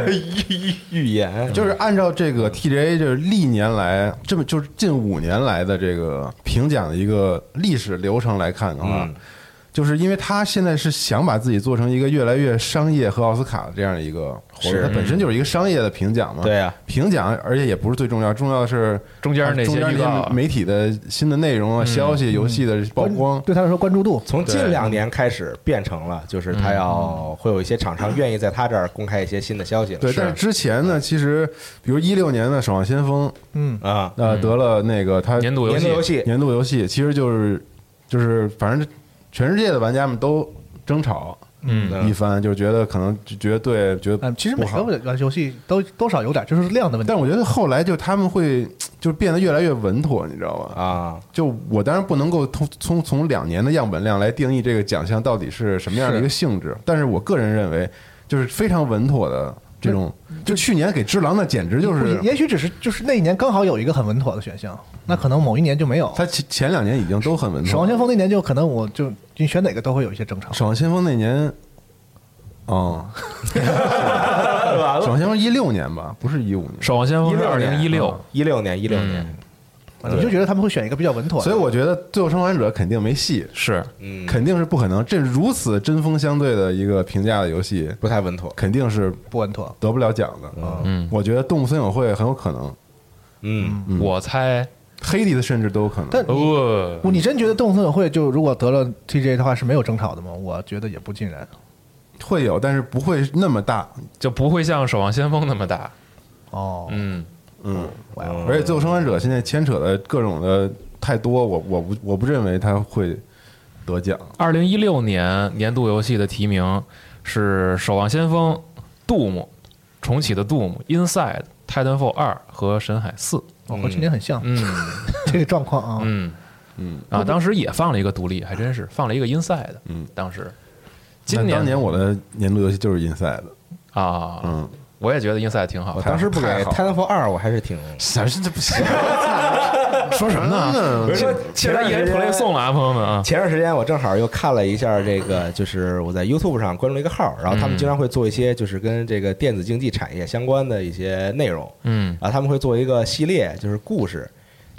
F: 预预言
H: 就是按照这个 TGA 就是历年来这么就是近五年来的这个评奖的一个历史流程来看的话，
F: 嗯
H: 就是因为他现在是想把自己做成一个越来越商业和奥斯卡这样的一个活动，
F: 是
H: 它本身就是一个商业的评奖嘛。
F: 对啊，
H: 评奖而且也不是最重要，重要的是
G: 中间那些
H: 中间
G: 预告啊嗯
H: 媒体的新的内容啊、消息、游戏的曝光。
I: 对他来说关注度，
F: 从近两年开始变成了，就是他要会有一些厂商愿意在他这儿公开一些新的消息了。
H: 对，但是之前呢，其实比如一六年的《守望先锋》，
I: 嗯，
F: 啊，
H: 呃，得了那个他
G: 年度游
F: 年
G: 戏
F: 度游戏
H: 年度游戏，其实就是就是反正全世界的玩家们都争吵
G: 嗯
H: 一番，就是觉得可能就觉得对，觉得
I: 嗯，其实
H: 不
I: 每
H: 好。
I: 个游戏都多少有点，就是量的问题
H: 但。我觉得后来就他们会就变得越来越稳妥，你知道吧？
F: 啊，
H: 就我当然不能够从从从两年的样本量来定义这个奖项到底是什么样的一个性质，但是我个人认为，就是非常稳妥的这种，就去年给《只狼》那简直就
I: 不
H: 是
I: 也许只是就是那一年刚好有一个很稳妥的选项，那可能某一年就没有。
H: 他前前两年已经都很稳妥了，
I: 守望先锋那年就可能我就你选哪个都会有一些争吵。
H: 守望先锋那年， 哦，守望先锋一六年吧，不是一五年。
G: 守望先锋是
F: 16
G: 二
F: 年嗯
G: 零一六，嗯
F: 一六年，一六年，
I: 啊你就觉得他们会选一个比较稳妥的，
H: 所以我觉得《最后生还者》肯定没戏，
G: 是
F: 嗯，
H: 肯定是不可能。这如此针锋相对的一个评价的游戏，
F: 不太稳妥。
H: 肯定是
I: 不稳妥。
H: 得不了奖的。
G: 嗯，
H: 我觉得《动物森友会》很有可能，
F: 嗯，
G: 我猜，
H: 黑帝的甚至都有可能。
I: 但你
G: 哦，
I: 你真觉得动物森友会就如果得了 TJ 的话是没有争吵的吗？我觉得也不尽然。
H: 会有，但是不会那么大。
G: 就不会像守望先锋那么大，
I: 哦，
G: 嗯，
H: 嗯，
I: 哇哦
H: 而且《最后生还者》现在牵扯的各种的太多，我我不我不认为他会得奖。
G: 二零一六年年度游戏的提名是《守望先锋》、Doom、重启的 Doom、Inside、Titanfall 二和神海四。
I: 我哦和去年很像
G: 嗯
I: 这个状况啊。
G: 嗯
H: 嗯
G: 啊，当时也放了一个独立，还真是放了一个 Inside。
H: 嗯，
G: 当时今
H: 今
G: 年
H: 当年我的年度游戏就是 Inside，
G: 啊，
H: 嗯，
G: 我也觉得 Inside 挺好
F: 我
G: 的。
F: 当时不给 《
H: 太好
F: Titanfall 二》，我还是挺。
H: 啥这不行？
G: 说什么呢？
F: 不是说
G: 现在 EA
F: 前段
G: Play
F: 时间
G: 送了啊，朋友们啊。
F: 前段时间我正好又看了一下这个，就是我在 YouTube 上关注了一个号，然后他们经常会做一些就是跟这个电子竞技产业相关的一些内容，
G: 嗯
F: 然后他们会做一个系列，就是故事，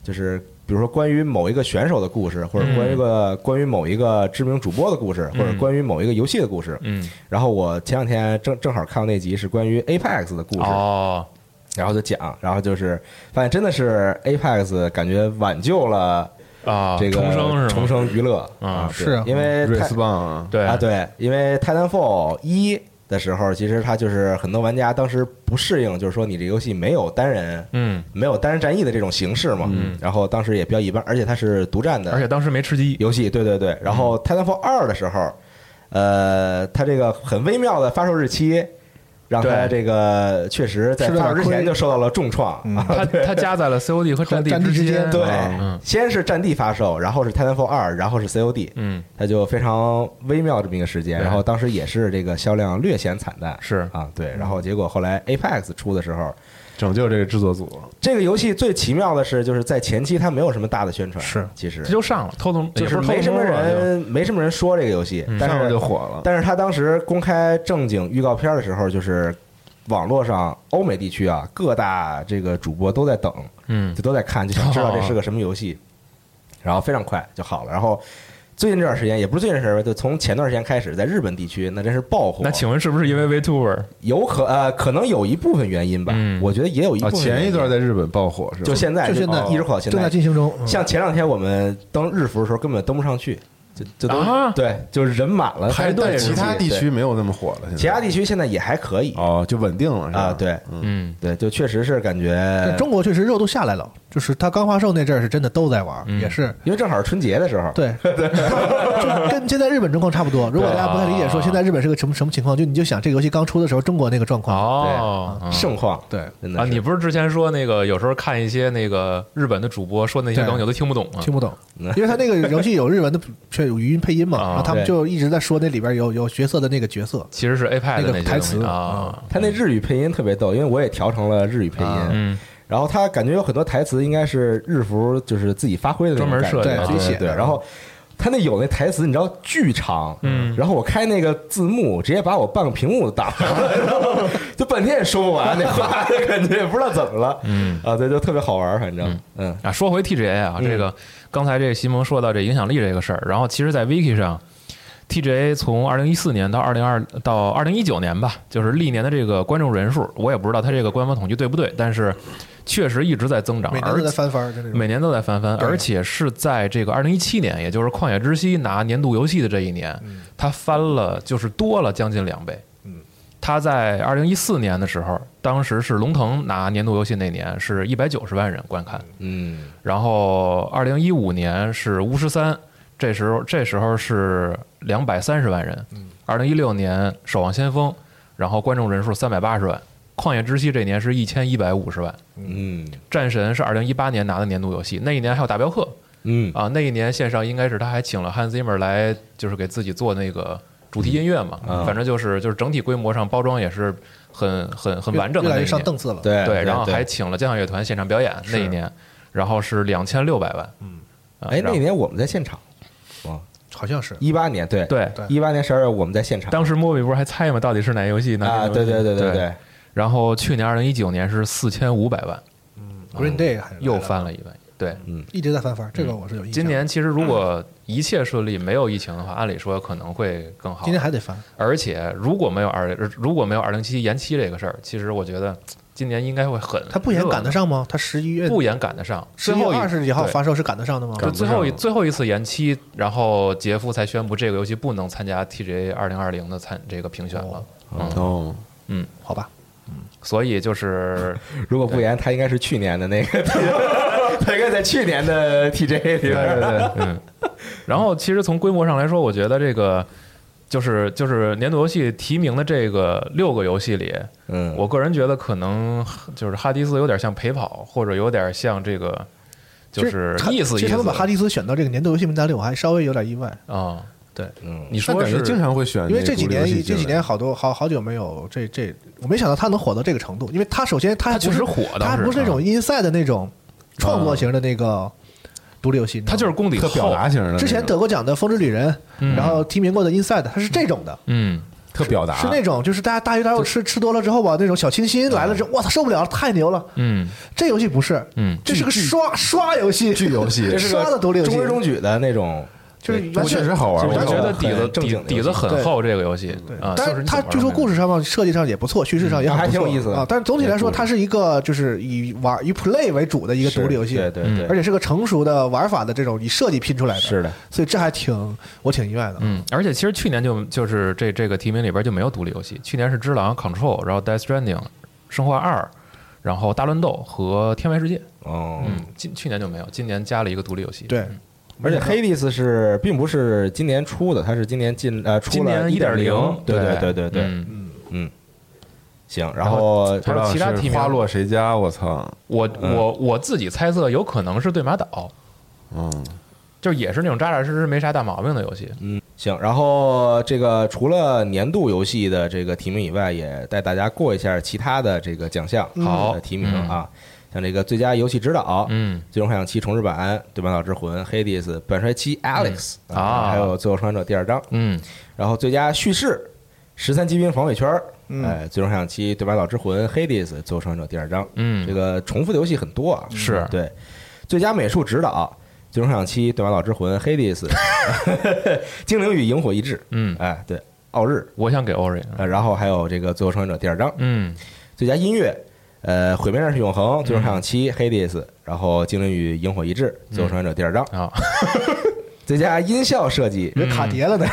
F: 就是比如说关于某一个选手的故事，或者
G: 嗯
F: 关于一个关于某一个知名主播的故事，或者关于某一个游戏的故事。
G: 嗯，
F: 然后我前两天正正好看到那集是关于 Apex 的故事，
G: 哦，
F: 然后就讲，然后就是发现真的是 Apex 感觉挽救了。
G: 啊，
F: 这个
G: 重生是吗？
F: 重生娱乐
G: 啊
F: 对
I: 是啊
F: 因为
H: 瑞
F: 太
H: 斯棒啊，
G: 对
F: 啊，对，因为 Titanfall 一的时候，其实它就是很多玩家当时不适应，就是说你这游戏没有单人，
G: 嗯，
F: 没有单人战役的这种形式嘛，然后当时也比较一般，而且它是独占的，
G: 而且当时没吃鸡，嗯
F: 游戏，对对对。然后 Titanfall 二的时候，呃，它这个很微妙的发售日期，让它
G: 对
F: 这个确实在
I: 吃了
F: 发售
I: 点
F: 之前
I: 亏
F: 就受到了重创啊。
G: 它它夹在了 COD 和战地
I: 战地之
G: 间，
I: 间
F: 对
G: 嗯，
F: 先是《战地》发售，然后是《Titanfall 二》，然后是 COD，
G: 嗯，
F: 它就非常微妙这么一个时间。
G: 对
F: 然后当时也是这个销量略显惨淡，
G: 是
F: 啊，对。然后结果后来 Apex 出的时候，
H: 拯救这个制作组了。
F: 这个游戏最奇妙的是，就是在前期它没有什么大的宣传，
I: 是
F: 其实
G: 这就上了，偷偷
F: 就是
G: 也不是偷
F: 没什么
G: 摸吧
F: 人，没什么人说这个游戏，但
H: 上
F: 是
H: 来就火了，
F: 但是他当时公开正经预告片的时候，就是网络上欧美地区啊，各大这个主播都在等，
G: 嗯
F: 就都在看，就想知道这是个什么游戏，然后非常快就好了。然后最近这段时间，也不是最近这段时间，就从前段时间开始，在日本地区那真是爆火。
G: 那请问是不是因为 VTuber
F: 有可呃，可能有一部分原因吧，
G: 嗯
F: 我觉得也有一部
H: 啊，
F: 分原因、
H: 前一段在日本爆火是吧？
F: 就现在
I: 就现在
F: 一直火到现
I: 正在进行中，嗯
F: 像前两天我们登日服的时候，根本登不上去，就就都、
G: 啊
F: 对，就是人满了
H: 排队，其他地。
F: 对
H: 区没有那么火了。现在
F: 其他地区现在也还可以，
H: 哦，就稳定了是吧
F: 啊对
H: 嗯
G: 嗯，
F: 对，就确实是感觉
I: 对，中国确实热度下来了，就是它刚发售那阵儿是真的都在玩儿，
G: 嗯
I: 也是
F: 因为正好是春节的时候，
I: 对，就跟现在日本状况差不多。如果大家不太理解
G: 啊
I: 说现在日本是个什么什么情况，就你就想这个游戏刚出的时候中国那个状况，
G: 哦嗯
F: 盛况，
I: 对，
F: 真的
G: 啊，
F: 是
G: 你不是之前说那个有时候看一些那个日本的主播说那些
I: 对
G: 梗，有的听不懂啊，
I: 听不懂，因为他那个游戏有日文的，却有语音配音嘛，
G: 啊
I: 然后他们
F: 对
I: 就一直在说那里边有有角色的那个角色，
G: 其实是 iPad
I: 那个
G: 的些
I: 台
G: 东西
I: 词
G: 啊，
F: 他那日语配音特别逗，因为我也调成了日语配音，
G: 嗯，
F: 然后他感觉有很多台词应该是日服就是自己发挥的那种
G: 专
F: 感
G: 门
F: 觉啊
G: 设计
F: 对
G: 的
I: 自己
F: 对
I: 写
F: 对，
I: 的
F: 然后。他那有那台词，你知道巨长，
G: 嗯
F: 然后我开那个字幕，直接把我半个屏幕都打完了， 然后就半天也说不完那话，感觉也不知道怎么了，嗯啊，对，就特别好玩，反正，嗯
G: 啊，说回 TGA 啊，
I: 嗯
G: 这个刚才这个西蒙说到这影响力这个事儿，然后其实，在 Wiki 上，TGA 从二零一四年到二零二到二零一九年吧，就是历年的这个观众人数，我也不知道它这个官方统计对不对，但是确实一直在增长，
I: 每年
G: 而
I: 都在翻番儿，就那种
G: 每年都在翻番，而且是在这个二零一七年，也就是《旷野之息》拿年度游戏的这一年，
I: 嗯
G: 它翻了，就是多了将近两倍。它在二零一四年的时候，当时是龙腾拿年度游戏那年是一百九十万人观看，
F: 嗯，
G: 然后二零一五年是巫师三，这时候这时候是两百三十万人。
I: 嗯
G: 二零一六年守望先锋，然后观众人数三百八十万，旷野之息这年是一千一百五十万。
F: 嗯
G: 战神是二零一八年拿的年度游戏，那一年还有大镖客
F: 嗯
G: 啊，那一年线上应该是他还请了 Hans Zimmer 来，就是给自己做那个主题音乐嘛，
F: 嗯啊
G: 反正就是就是整体规模上包装也是很很很完整的
I: 越来
G: 那
I: 越
G: 一年。
I: 上档次了。
F: 对
G: 对，然后还请了交响乐团现场表演那一年，然后是两千六百万，嗯，
F: 哎，那
G: 然后
F: 年我们在现场，
I: 好像
G: 嗯
I: 是
F: 一八年对
G: 对
I: 对
F: 一八年十二月我们在现场
G: 当时莫比不是还猜嘛，到底是哪个游戏呢？
F: 啊，对对对
G: 对
F: 对对，
G: 然后去年二零一九年是四千五百万，
I: Green Day 还是
G: 又翻了一倍，对。
I: 一直在翻番儿，这个我是有印象。
G: 今年其实如果一切顺利，没有疫情的话，按理说可能会更好。
I: 今年还得翻，
G: 而且如果没有二如果没有二零七延期这个事儿，其实我觉得嘖今年应该会很
I: 它不严赶得上吗？它十一
G: 热
I: 月
G: 闹，不严赶得上，
I: 十
G: 最
I: 一
G: 后
I: 月
G: 一
I: 二十几号
G: 对
I: 发售是赶得上的吗？
G: 就最后一
H: 上
G: 最后一次延期，然后杰夫才宣布这个游戏不能参加 TGA 二零二零的参这个评选了。
H: 哦，
I: 好吧，
G: 所以就是
F: 如果不严，他应该是去年的那 个，他应该在去年的 TJ 里边。
G: 嗯，然后其实从规模上来说，我觉得这个就是就是年度游戏提名的这个六个游戏里，
F: 嗯，
G: 我个人觉得可能就是哈迪斯有点像陪跑，或者有点像这个就是
I: 其实
G: 意思意思。
I: 其实他们把哈迪斯选到这个年度游戏名单里，我还稍微有点意外，
G: 啊，
I: 对，
G: 你
H: 那
G: 说
H: 感觉
G: 是
H: 经常会选，
I: 因为这几年这几年
H: 好，
I: 好多好好久没有这这，我没想到他能火到这个程度，因为他首先他
G: 他
I: 还不是
G: 确实火当
I: 他还
G: 时
I: 不是那种
G: 嗯
I: inside 的那种创作型的那个独立游戏，你知道
G: 他
I: 吗
G: 就是功底
H: 特表
G: 厚，
H: 达型的那种，
I: 之前得过奖的《风之旅人》，
G: 嗯
I: 然后提名过的 inside，他是这种的。
G: 嗯，
H: 特表
F: 啊
H: 达，
I: 是那种，就是大家大鱼大肉吃吃多了之后吧，那种小清新来了之后，哇操，受不了了，太牛了！
G: 嗯，
I: 这游戏不是，
G: 嗯
I: 这是个刷刷游戏，
H: 剧游戏
F: 这是
I: 刷的
F: 个
I: 独立游戏
F: 中，规中矩的那种，
I: 就是
H: 我
I: 完
H: 确
I: 全
H: 实好玩，
F: 就
G: 我
F: 是
H: 我
G: 觉得
F: 哦很
G: 底子
F: 正经
G: 底
F: 的
G: 底子
F: 游戏
G: 很
I: 对
G: 厚，这个游戏
I: 对
G: 啊，
I: 但
G: 就是你
I: 它
G: 怎么
I: 据说
G: 玩儿
I: 故事上面设计上也不错，叙事上也很
F: 嗯还
I: 不
F: 挺有
I: 错
F: 意思的
I: 啊。但是总体来说，它是一个就是以玩以 play 为主的一个独立游戏，
F: 对对对，
I: 而且是个成熟的玩法的这种以设计拼出来的，
F: 是的，
I: 所以这还挺我挺意外的。
G: 嗯，而且其实去年就就是这这个提名里边就没有独立游戏，去年是《只狼》、《Control》，然后《Death Stranding》、《生化二》，然后《大乱斗》和《天外世界》。
F: 哦，
G: 嗯，今去年就没有，今年加了一个独立游戏。
I: 对，
F: 而且 Hades 是并不是今年出的，它是今年进呃出
G: 今
F: 了
G: 年
F: 一点零
G: 1.0，
F: 对
G: 对
F: 对对对，
G: 嗯
F: 嗯，行，然
G: 然
F: 后
G: 后还有其他
H: 是
G: 提名
H: 花落谁家？我操！
G: 我我我自己猜测，有可能是对马岛，
H: 嗯，
G: 就是也是那种扎扎实实没啥大毛病的游戏。
F: 嗯，行，然后这个除了年度游戏的这个提名以外，也带大家过一下其他的这个奖项
G: 嗯好
F: 的提名啊，像这个最佳游戏指导，
G: 嗯，
F: 最终幻想七》重置版、《对半岛之魂》、《Hades》、《半衰期》、Alex
G: 嗯啊
F: 还有《最后生还者》第二章，
G: 嗯，
F: 然后最佳叙事，《十三机兵防卫圈》
I: 嗯
F: 哎，《最终幻想七》、《对半岛之魂》、《Hades》、《最后生还者》第二章，
G: 嗯
F: 这个重复的游戏很多啊，
G: 是
F: 对，最佳美术指导。最终幻想七、对马岛之魂、Hades、精 灵与萤火一致，
G: 嗯
F: 哎，对，奥日，
G: 我想给 Ori，
F: 呃，然后还有这个《最后生还者》第二章，
G: 嗯
F: 最佳音乐，呃，《毁灭战士永恒》、《最终幻想七》、Hades，然后《精灵与萤火一致》、
G: 嗯
F: 《最后生还者》第二章，
G: 啊，
F: 最佳音效设计，
G: 嗯
I: 这卡啊碟了呢。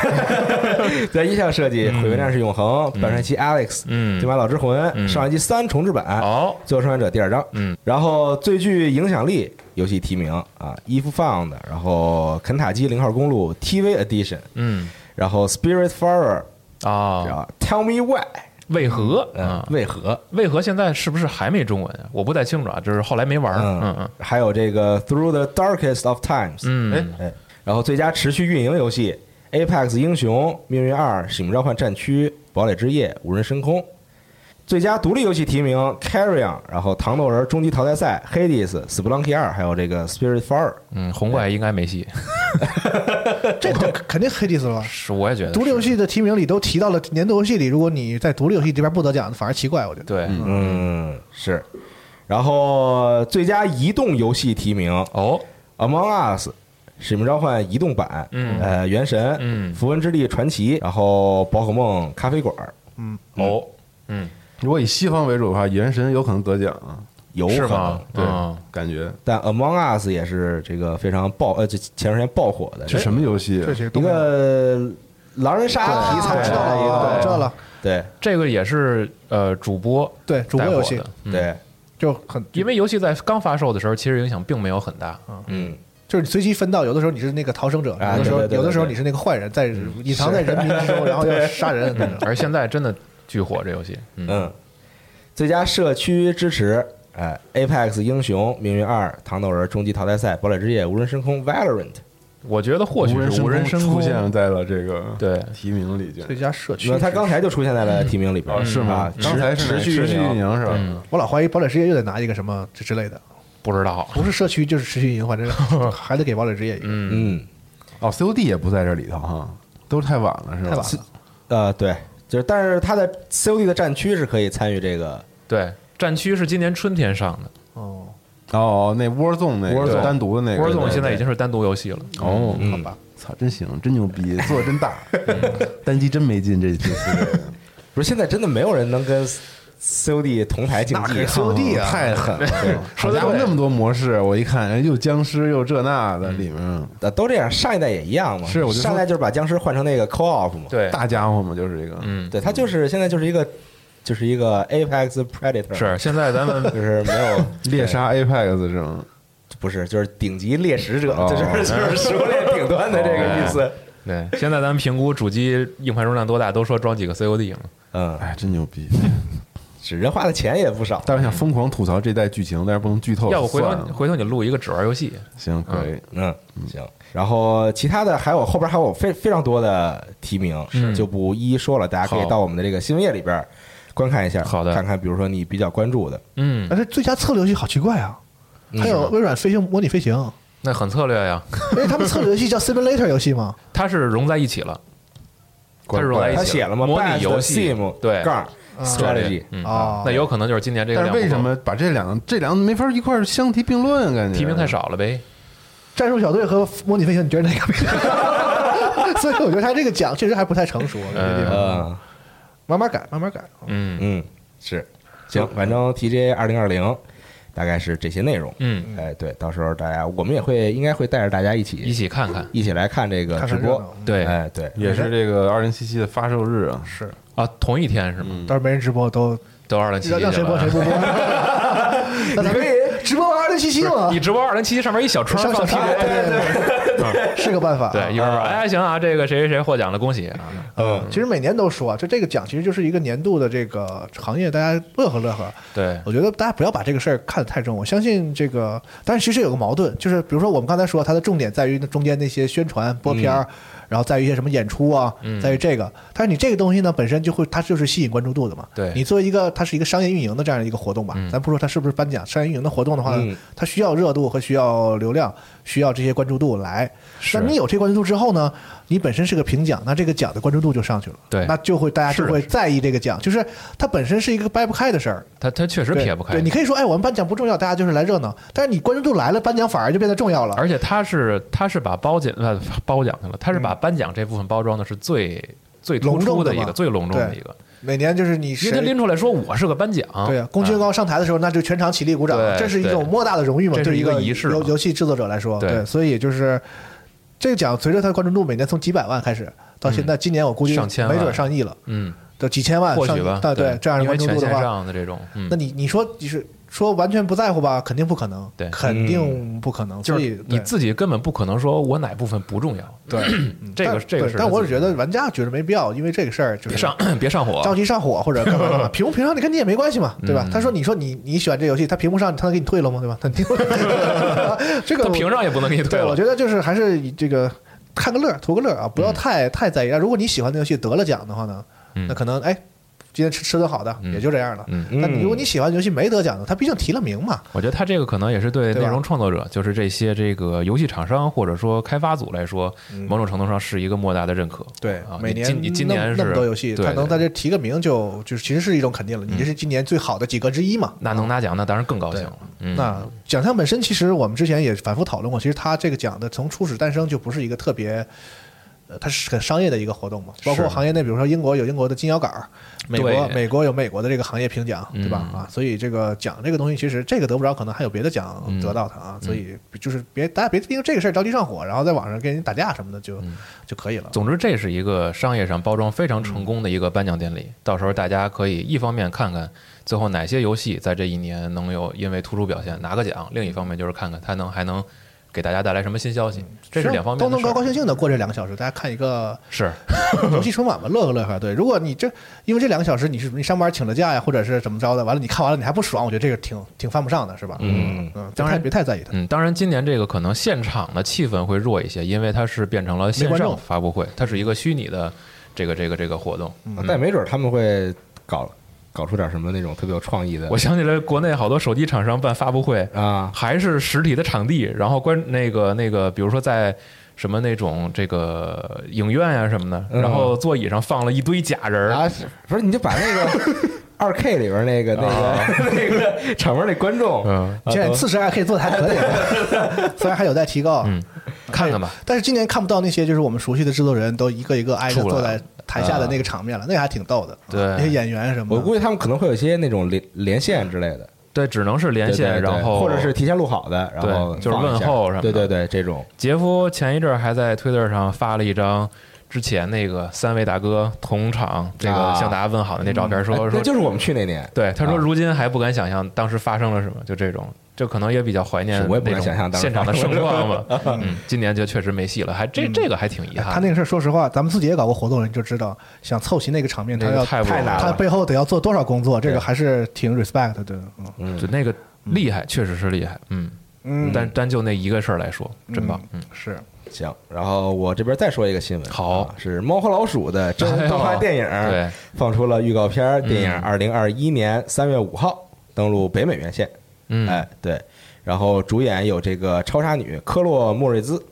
F: 最佳音效设计，《毁灭战士永恒》、《半衰期 Alex》、
G: 嗯
F: 《对马岛之魂》、
G: 嗯
F: 上一季三重置版》、
G: 哦
F: 最后生还者》第二章，
G: 嗯，
F: 然后最具影响力游戏提名啊，伊夫放的，然后肯塔基零号公路 TV Edition，
G: 嗯
F: 然后 Spirit Farer，然
G: 啊，
F: 后 Tell Me Why，
G: 为何
F: 嗯
G: 啊，？
F: 为何？
G: 为何现在是不是还没中文啊？我不太清楚啊，就是后来没玩儿。嗯嗯，
F: 还有这个 Through the Darkest of Times，
G: 嗯
F: 哎哎，然后最佳持续运营游戏 Apex 英雄、命运二、使命召唤战区、堡垒之夜、无人深空。最佳独立游戏提名 Carrion，然后糖豆人终极淘汰赛 Hades、Splunky 二，还有这个 Spirit Farer。
G: 嗯，红怪应该没戏，
I: 这 个肯定黑迪斯了吧？
G: 是我也觉得
I: 独立游
G: 戏
I: 戏的提名里都提到了年度游戏里，如果你在独立游戏这边不得奖，反而奇怪，我觉得。
G: 对。
F: 嗯，是。然后最佳移动游戏提名
G: 哦，
F: Among Us。使命召唤移动版，
G: 嗯
F: 呃，原神，
G: 嗯
F: 符文之地传奇，然后宝可梦咖啡馆，
G: 哦，嗯，
H: 如果以西方为主的话，《原神》有可能得奖啊。
F: 有可
G: 是
F: 能
G: 吗，？
H: 对
G: 嗯，
H: 感觉
F: 但 Among Us 也是这个非常爆，呃，这前段时间爆火的
H: 这什么游戏啊？
I: 这些
F: 一
I: 东西
F: 个狼人杀题
I: 啊
F: 材
I: 我知道
F: 的一
I: 了，我知道
F: 个，
I: 了。
F: 对
G: 这个也是呃主播
I: 对，主播游戏
G: 带火的，嗯，
F: 对，
I: 就很，
G: 因为游戏在刚发售的时候，其实影响并没有很大。
F: 嗯，
I: 就是你随机分到，有的时候你是那个逃生者，
F: 啊
I: 有的时候
F: 对对对
I: 有的时候
F: 对嗯
I: 你是那个坏人，在隐藏在人民之中，然后要杀人那 种。
G: 嗯而现在真的巨火这游戏，嗯
F: 嗯，最佳社区支持，哎，Apex 英雄、命运二、糖豆人、终极淘汰赛、堡垒之夜、无人深空、Valorant，
G: 我觉得或许是无人
H: 深
G: 深
H: 出
G: 空
H: 现在了这个
G: 对
H: 提名里，就
I: 最佳社区
F: 那，他刚才就出现在了提名里边，
H: 是吗
F: 啊？
H: 刚才是哪
F: 持续
H: 持续
F: 运营
H: 运营是
G: 嗯
H: 吧？
I: 我老怀疑堡垒之夜又得拿一个什么之之类的，
G: 不知道，
I: 不是社区就是持续营，反 正还得给堡垒之夜一个。
G: 嗯，
F: 嗯，
H: 哦，COD 也不在这里头哈，都太晚了是吧？
I: 太晚了，
F: 呃，对，就是但是他在 COD 的战区是可以参与这个，
G: 对，战区是今年春天上的，
I: 哦，
H: 哦，那 Warzone 那
G: Warzone
H: 个单独的那个
G: 波总
H: 对
G: 现在已经是单独游戏了。
H: 哦，
F: 嗯
I: 好吧，
H: 操，真行，真牛逼，做的真大， 单机真没劲，这这四个人
F: 不是现在真的没有人能跟 COD 同台
G: 啊
F: 竞技
I: 那可是 COD 啊
F: 太狠了。 对
H: 好家伙，那么多模式，我一看，哎，又僵尸又这那的，
G: 嗯
H: 里面
F: 呃，都这样，上一代也一样嘛。
H: 是我就说
F: 上一代就是把僵尸换成那个 co op 嘛。
G: 对，
H: 大家伙嘛，就是这个，
G: 哎嗯，
F: 对，它就是现在就是一个就是一个 apex predator，
G: 是现在 咱们
F: 就是没有
H: 猎，杀 Apex 是吗？
F: 不是就是顶级猎食者，
H: 哦
F: 就是就是食物链顶端的这个意思。
G: 对，现在咱们评估主机硬盘容量多大，都说装几个 COD 嘛。
F: 嗯，
H: 哎，真牛逼！
F: 是人花的钱也不少。
H: 但是想疯狂吐槽这代剧情，但是不能剧透，
G: 要不回头
H: 哦算了
G: 回头你录一个只玩游戏，
H: 行可以。
F: 嗯，行。然后其他的还有后边还有非非常多的提名，就不一一说了，大家可以
G: 好
F: 到我们的这个新闻页里边观看一下，
G: 好的
F: 看看比如说你比较关注的，
G: 嗯，
I: 但是最佳策略游戏好奇怪啊，
F: 嗯
I: 还有微软飞行模拟飞行，
G: 那很策略呀，
I: 因为他们策略游戏叫 simulator 游戏嘛，
G: 它是融在一起了，它是融在一起
F: 他
G: 了，
F: 写了吗？
G: 模拟游
F: Best
G: 戏
F: Sim
G: 对
F: 杠
G: 策
F: strategy
G: 略。嗯
I: 哦
G: 那有可能就是今年这个
H: 但是
G: 量不够，
H: 为什么把这两个这两个没法一块儿相提并论？感觉
G: 提名太，少了呗？
I: 战术小队和模拟飞行，你觉得哪个比较好？ 所以我觉得他这个奖确实还不太成熟，这个地方
F: 嗯。
I: 慢慢改，慢慢改。
G: 嗯
F: 嗯，是，行，反正 TJ 二零二零大概是这些内容。
G: 嗯，
F: 哎，对，到时候大家我们也会应该会带着大家一
G: 一
F: 起
G: 起看看。
F: 一起来看这个
I: 看
F: 直
I: 看
F: 播
I: 热闹。
G: 对
F: 哎，对，
H: 也是这个二零七七的发售日啊。
I: 是，
G: 啊，同一天是
F: 嗯
G: 吗？
I: 到时候没人直播都
G: 都二零七
I: 让让谁播谁不播。那咱
F: 你可
I: 们
F: 以
I: 直播玩的零七七嘛
G: 你，直播二零七七上面一小窗
I: 上上
G: 放屁股，
I: 对对对对， 是个办法。 啊
G: 对，一会儿说哎行啊，这个谁谁谁获奖了，恭喜啊！
I: 嗯，其实每年都说，就这个奖其实就是一个年度的这个行业，大家乐呵乐呵。
G: 对
I: 我觉得大家不要把这个事儿看得太重。我相信这个，但是其实有个矛盾，就是比如说我们刚才说，它的重点在于那中间那些宣传播片儿，
G: 嗯
I: 然后在于一些什么演出啊，在于这个。但是你这个东西呢，本身就会它就是吸引关注度的嘛。
G: 对嗯
I: 你作为一个它是一个商业运营的这样一个活动吧，咱不说它是不是颁奖，商业运营的活动的话，它需要热度和需要流量，需要这些关注度来。那你有这关注度之后呢，你本身是个评奖，那这个奖的关注度就上去了。
G: 对
I: 那就会大家就会在意这个奖，就是它本身是一个掰不开的事儿。
G: 他他确实
I: 对
G: 撇不开
I: 对，你，可以说，哎，我们颁奖不重要，大家就是来热闹。但是你关注度来了，颁奖反而就变得重要了。
G: 而且他是他是把褒奖呃褒奖去了，他是把颁奖这部分包装的是最最突
I: 嗯隆重
G: 出
I: 的
G: 一
I: 嘛
G: 个最隆重的
I: 对
G: 一个，
I: 每年就是你
G: 因为他
I: 谁
G: 拎出来说我是个颁奖，
I: 对啊，龚俊高上台的时候，那就全场起立鼓掌，
G: 对
I: 这是一
G: 对
I: 种莫大的荣誉嘛，
G: 这是
I: 对于
G: 一个
I: 个
G: 仪式
I: 游
G: 嘛
I: 游戏制作者来说，
G: 对
I: 对，所以就是这个奖随着它的关注度每年从几百万开始，到现在今年我估计
G: 嗯上千万
I: 没准上亿了，
G: 嗯，
I: 都几千万，
G: 或
I: 上
G: 许
I: 亿
G: 吧，
I: 但对这样的
G: 因为
I: 关注
G: 全
I: 度的
G: 线
I: 话，
G: 上的这种，嗯
I: 那，你你说就是说完全不在乎吧，肯定不可能，
G: 对
I: 肯定不可能，
G: 就
I: 所以
G: 是你
I: 对
G: 自己根本不可能说我哪部分不重要，
I: 对嗯
G: 这个
I: 但
G: 这个
I: 对
G: 是，
I: 但我是觉得玩家觉得没必要，因为这个事儿就
G: 别
I: 是
G: 上 别上火，
I: 着急上火或者干嘛 干嘛，屏幕屏上你跟你也没关系嘛，
G: 嗯
I: 对吧？他说你说你你喜欢这游戏，他屏幕上他能给你 退了吗？对吧？他这个
G: 他屏上也不能给你退
I: 对，
G: 了
I: 我，觉得就是还是以这个看个乐儿图个乐
G: 嗯
I: 儿啊，不要太太在意。如果你喜欢的游戏得了奖的话呢，
G: 嗯
I: 那可能哎。今天吃吃顿好的，也就这样了。但你如果你喜欢的游戏没得奖的，他毕竟提了名嘛，
G: 我觉得他这个可能也是对
I: 对
G: 内
I: 吧
G: 容创作者，就是这些这个游戏厂商或者说开发组来说，某种程度上是一个莫大的认可。
I: 嗯对
G: 啊，
I: 每
G: 你
I: 年
G: 今你今
I: 那
G: 年
I: 么
G: 是
I: 那么多游戏，
G: 对
I: 他能在
G: 对
I: 这提个名就就是其实是一种肯定了。你这是今年最好的几个之一嘛？
G: 那能拿奖，那当然更高兴了。嗯，
I: 那奖项本身，其实我们之前也反复讨论过，其实它这个奖的从初始诞生就不是一个特别。呃，它是很商业的一个活动嘛，包括行业内，比如说英国有英国的金摇杆儿，美国
G: 对嗯
I: 美国有美国的这个行业评奖，对吧？啊，所以这个奖这个东西，其实这个得不着，可能还有别的奖得到它
G: 嗯
I: 啊，所以就是别大家别因为这个事儿着急上火，然后在网上跟人打架什么的就就可以了。
G: 嗯总之这是一个商业上包装非常成功的一个颁奖典礼。到时候大家可以一方面看看最后哪些游戏在这一年能有因为突出表现拿个奖，另一方面就是看看它能还能给大家带来什么新消息。这是两方面
I: 嗯都
G: 的
I: 能
G: 事儿
I: 高高兴兴的过这两个小时，大家看一个
G: 是
I: 游戏春晚嘛，乐呵乐呵。对，如果你这因为这两个小时你是你上班请了假呀，或者是怎么着的，完了你看完了你还不爽，我觉得这个挺挺犯不上的，是吧？嗯嗯，当然别太在意它。
G: 嗯，当然，今年这个可能现场的气氛会弱一些，因为它是变成了线
I: 没观
G: 上
I: 众
G: 发布会，它是一个虚拟的这个这个这个活动。
I: 嗯
F: 但没准他们会搞搞出点什么那种特别有创意的
G: 我想起来，国内好多手机厂商办发布会，
F: 啊，
G: 还是实体的场地，然后关那个那个，比如说在什么那种这个影院呀、什么的，
F: 嗯
G: 然后座椅上放了一堆假人儿，
F: 啊，是不是你就把那 个二 K 里边那个那个 那个场面那观众，
G: 哦嗯
F: 啊
I: 现在
F: 都
I: 四十还可以做的还可以了，虽然还有待提高。
G: 嗯看看吧。
I: 但是今年看不到那些就是我们熟悉的制作人都一个一个挨着
G: 出来啊
I: 坐在台下的那个场面了，那个还挺逗的。啊
G: 对
I: 那些演员什么的，
F: 我估计他们可能会有一些那种连连线之类的
G: 对，只能是连线，
F: 对对对
G: 然后
F: 或者是提前录好的，然后
G: 对就是
F: 放一下
G: 问候什么的
F: 对对对，这种
G: 杰夫前一阵儿还在推特上发了一张之前那个三位大哥同场这个
F: 啊
G: 向大家问好的那照片，
F: 哎
G: 说
F: 那
G: 说
F: 就是我们去那年，
G: 对他说，
F: 啊
G: 如今还不敢想象当时发生了什么，就这种，就可能也比较怀念
F: 是我也不敢
G: 那种
F: 想象当时
G: 现场的
F: 发生
G: 盛
F: 了嗯
G: 况吧。 嗯，今年就确实没戏了，还这这个还挺遗
I: 哎他
G: 憾
I: 那
G: 的。
I: 个事儿，说实话，咱们自己也搞过活动了，你就知道，想凑齐那个场面，他
G: 那个
I: 要
G: 太不容易了
I: 他背后得要做多少工作，这个还是挺 respect 的。嗯
G: 就那个
F: 嗯
G: 厉害，确实是厉害。嗯
I: 嗯
G: 单单就那一个事儿来说，真棒。嗯，
I: 是
F: 行，然后我这边再说一个新闻，
G: 好
F: 啊是《猫和老鼠》的 真
G: 哎
F: 人
G: 呦
F: 动画电影，
G: 对，嗯
F: 放出了预告片儿，电影二零二一年三月五号登陆北美院线，
G: 嗯
F: 哎，对，然后主演有这个超杀女科洛莫瑞兹，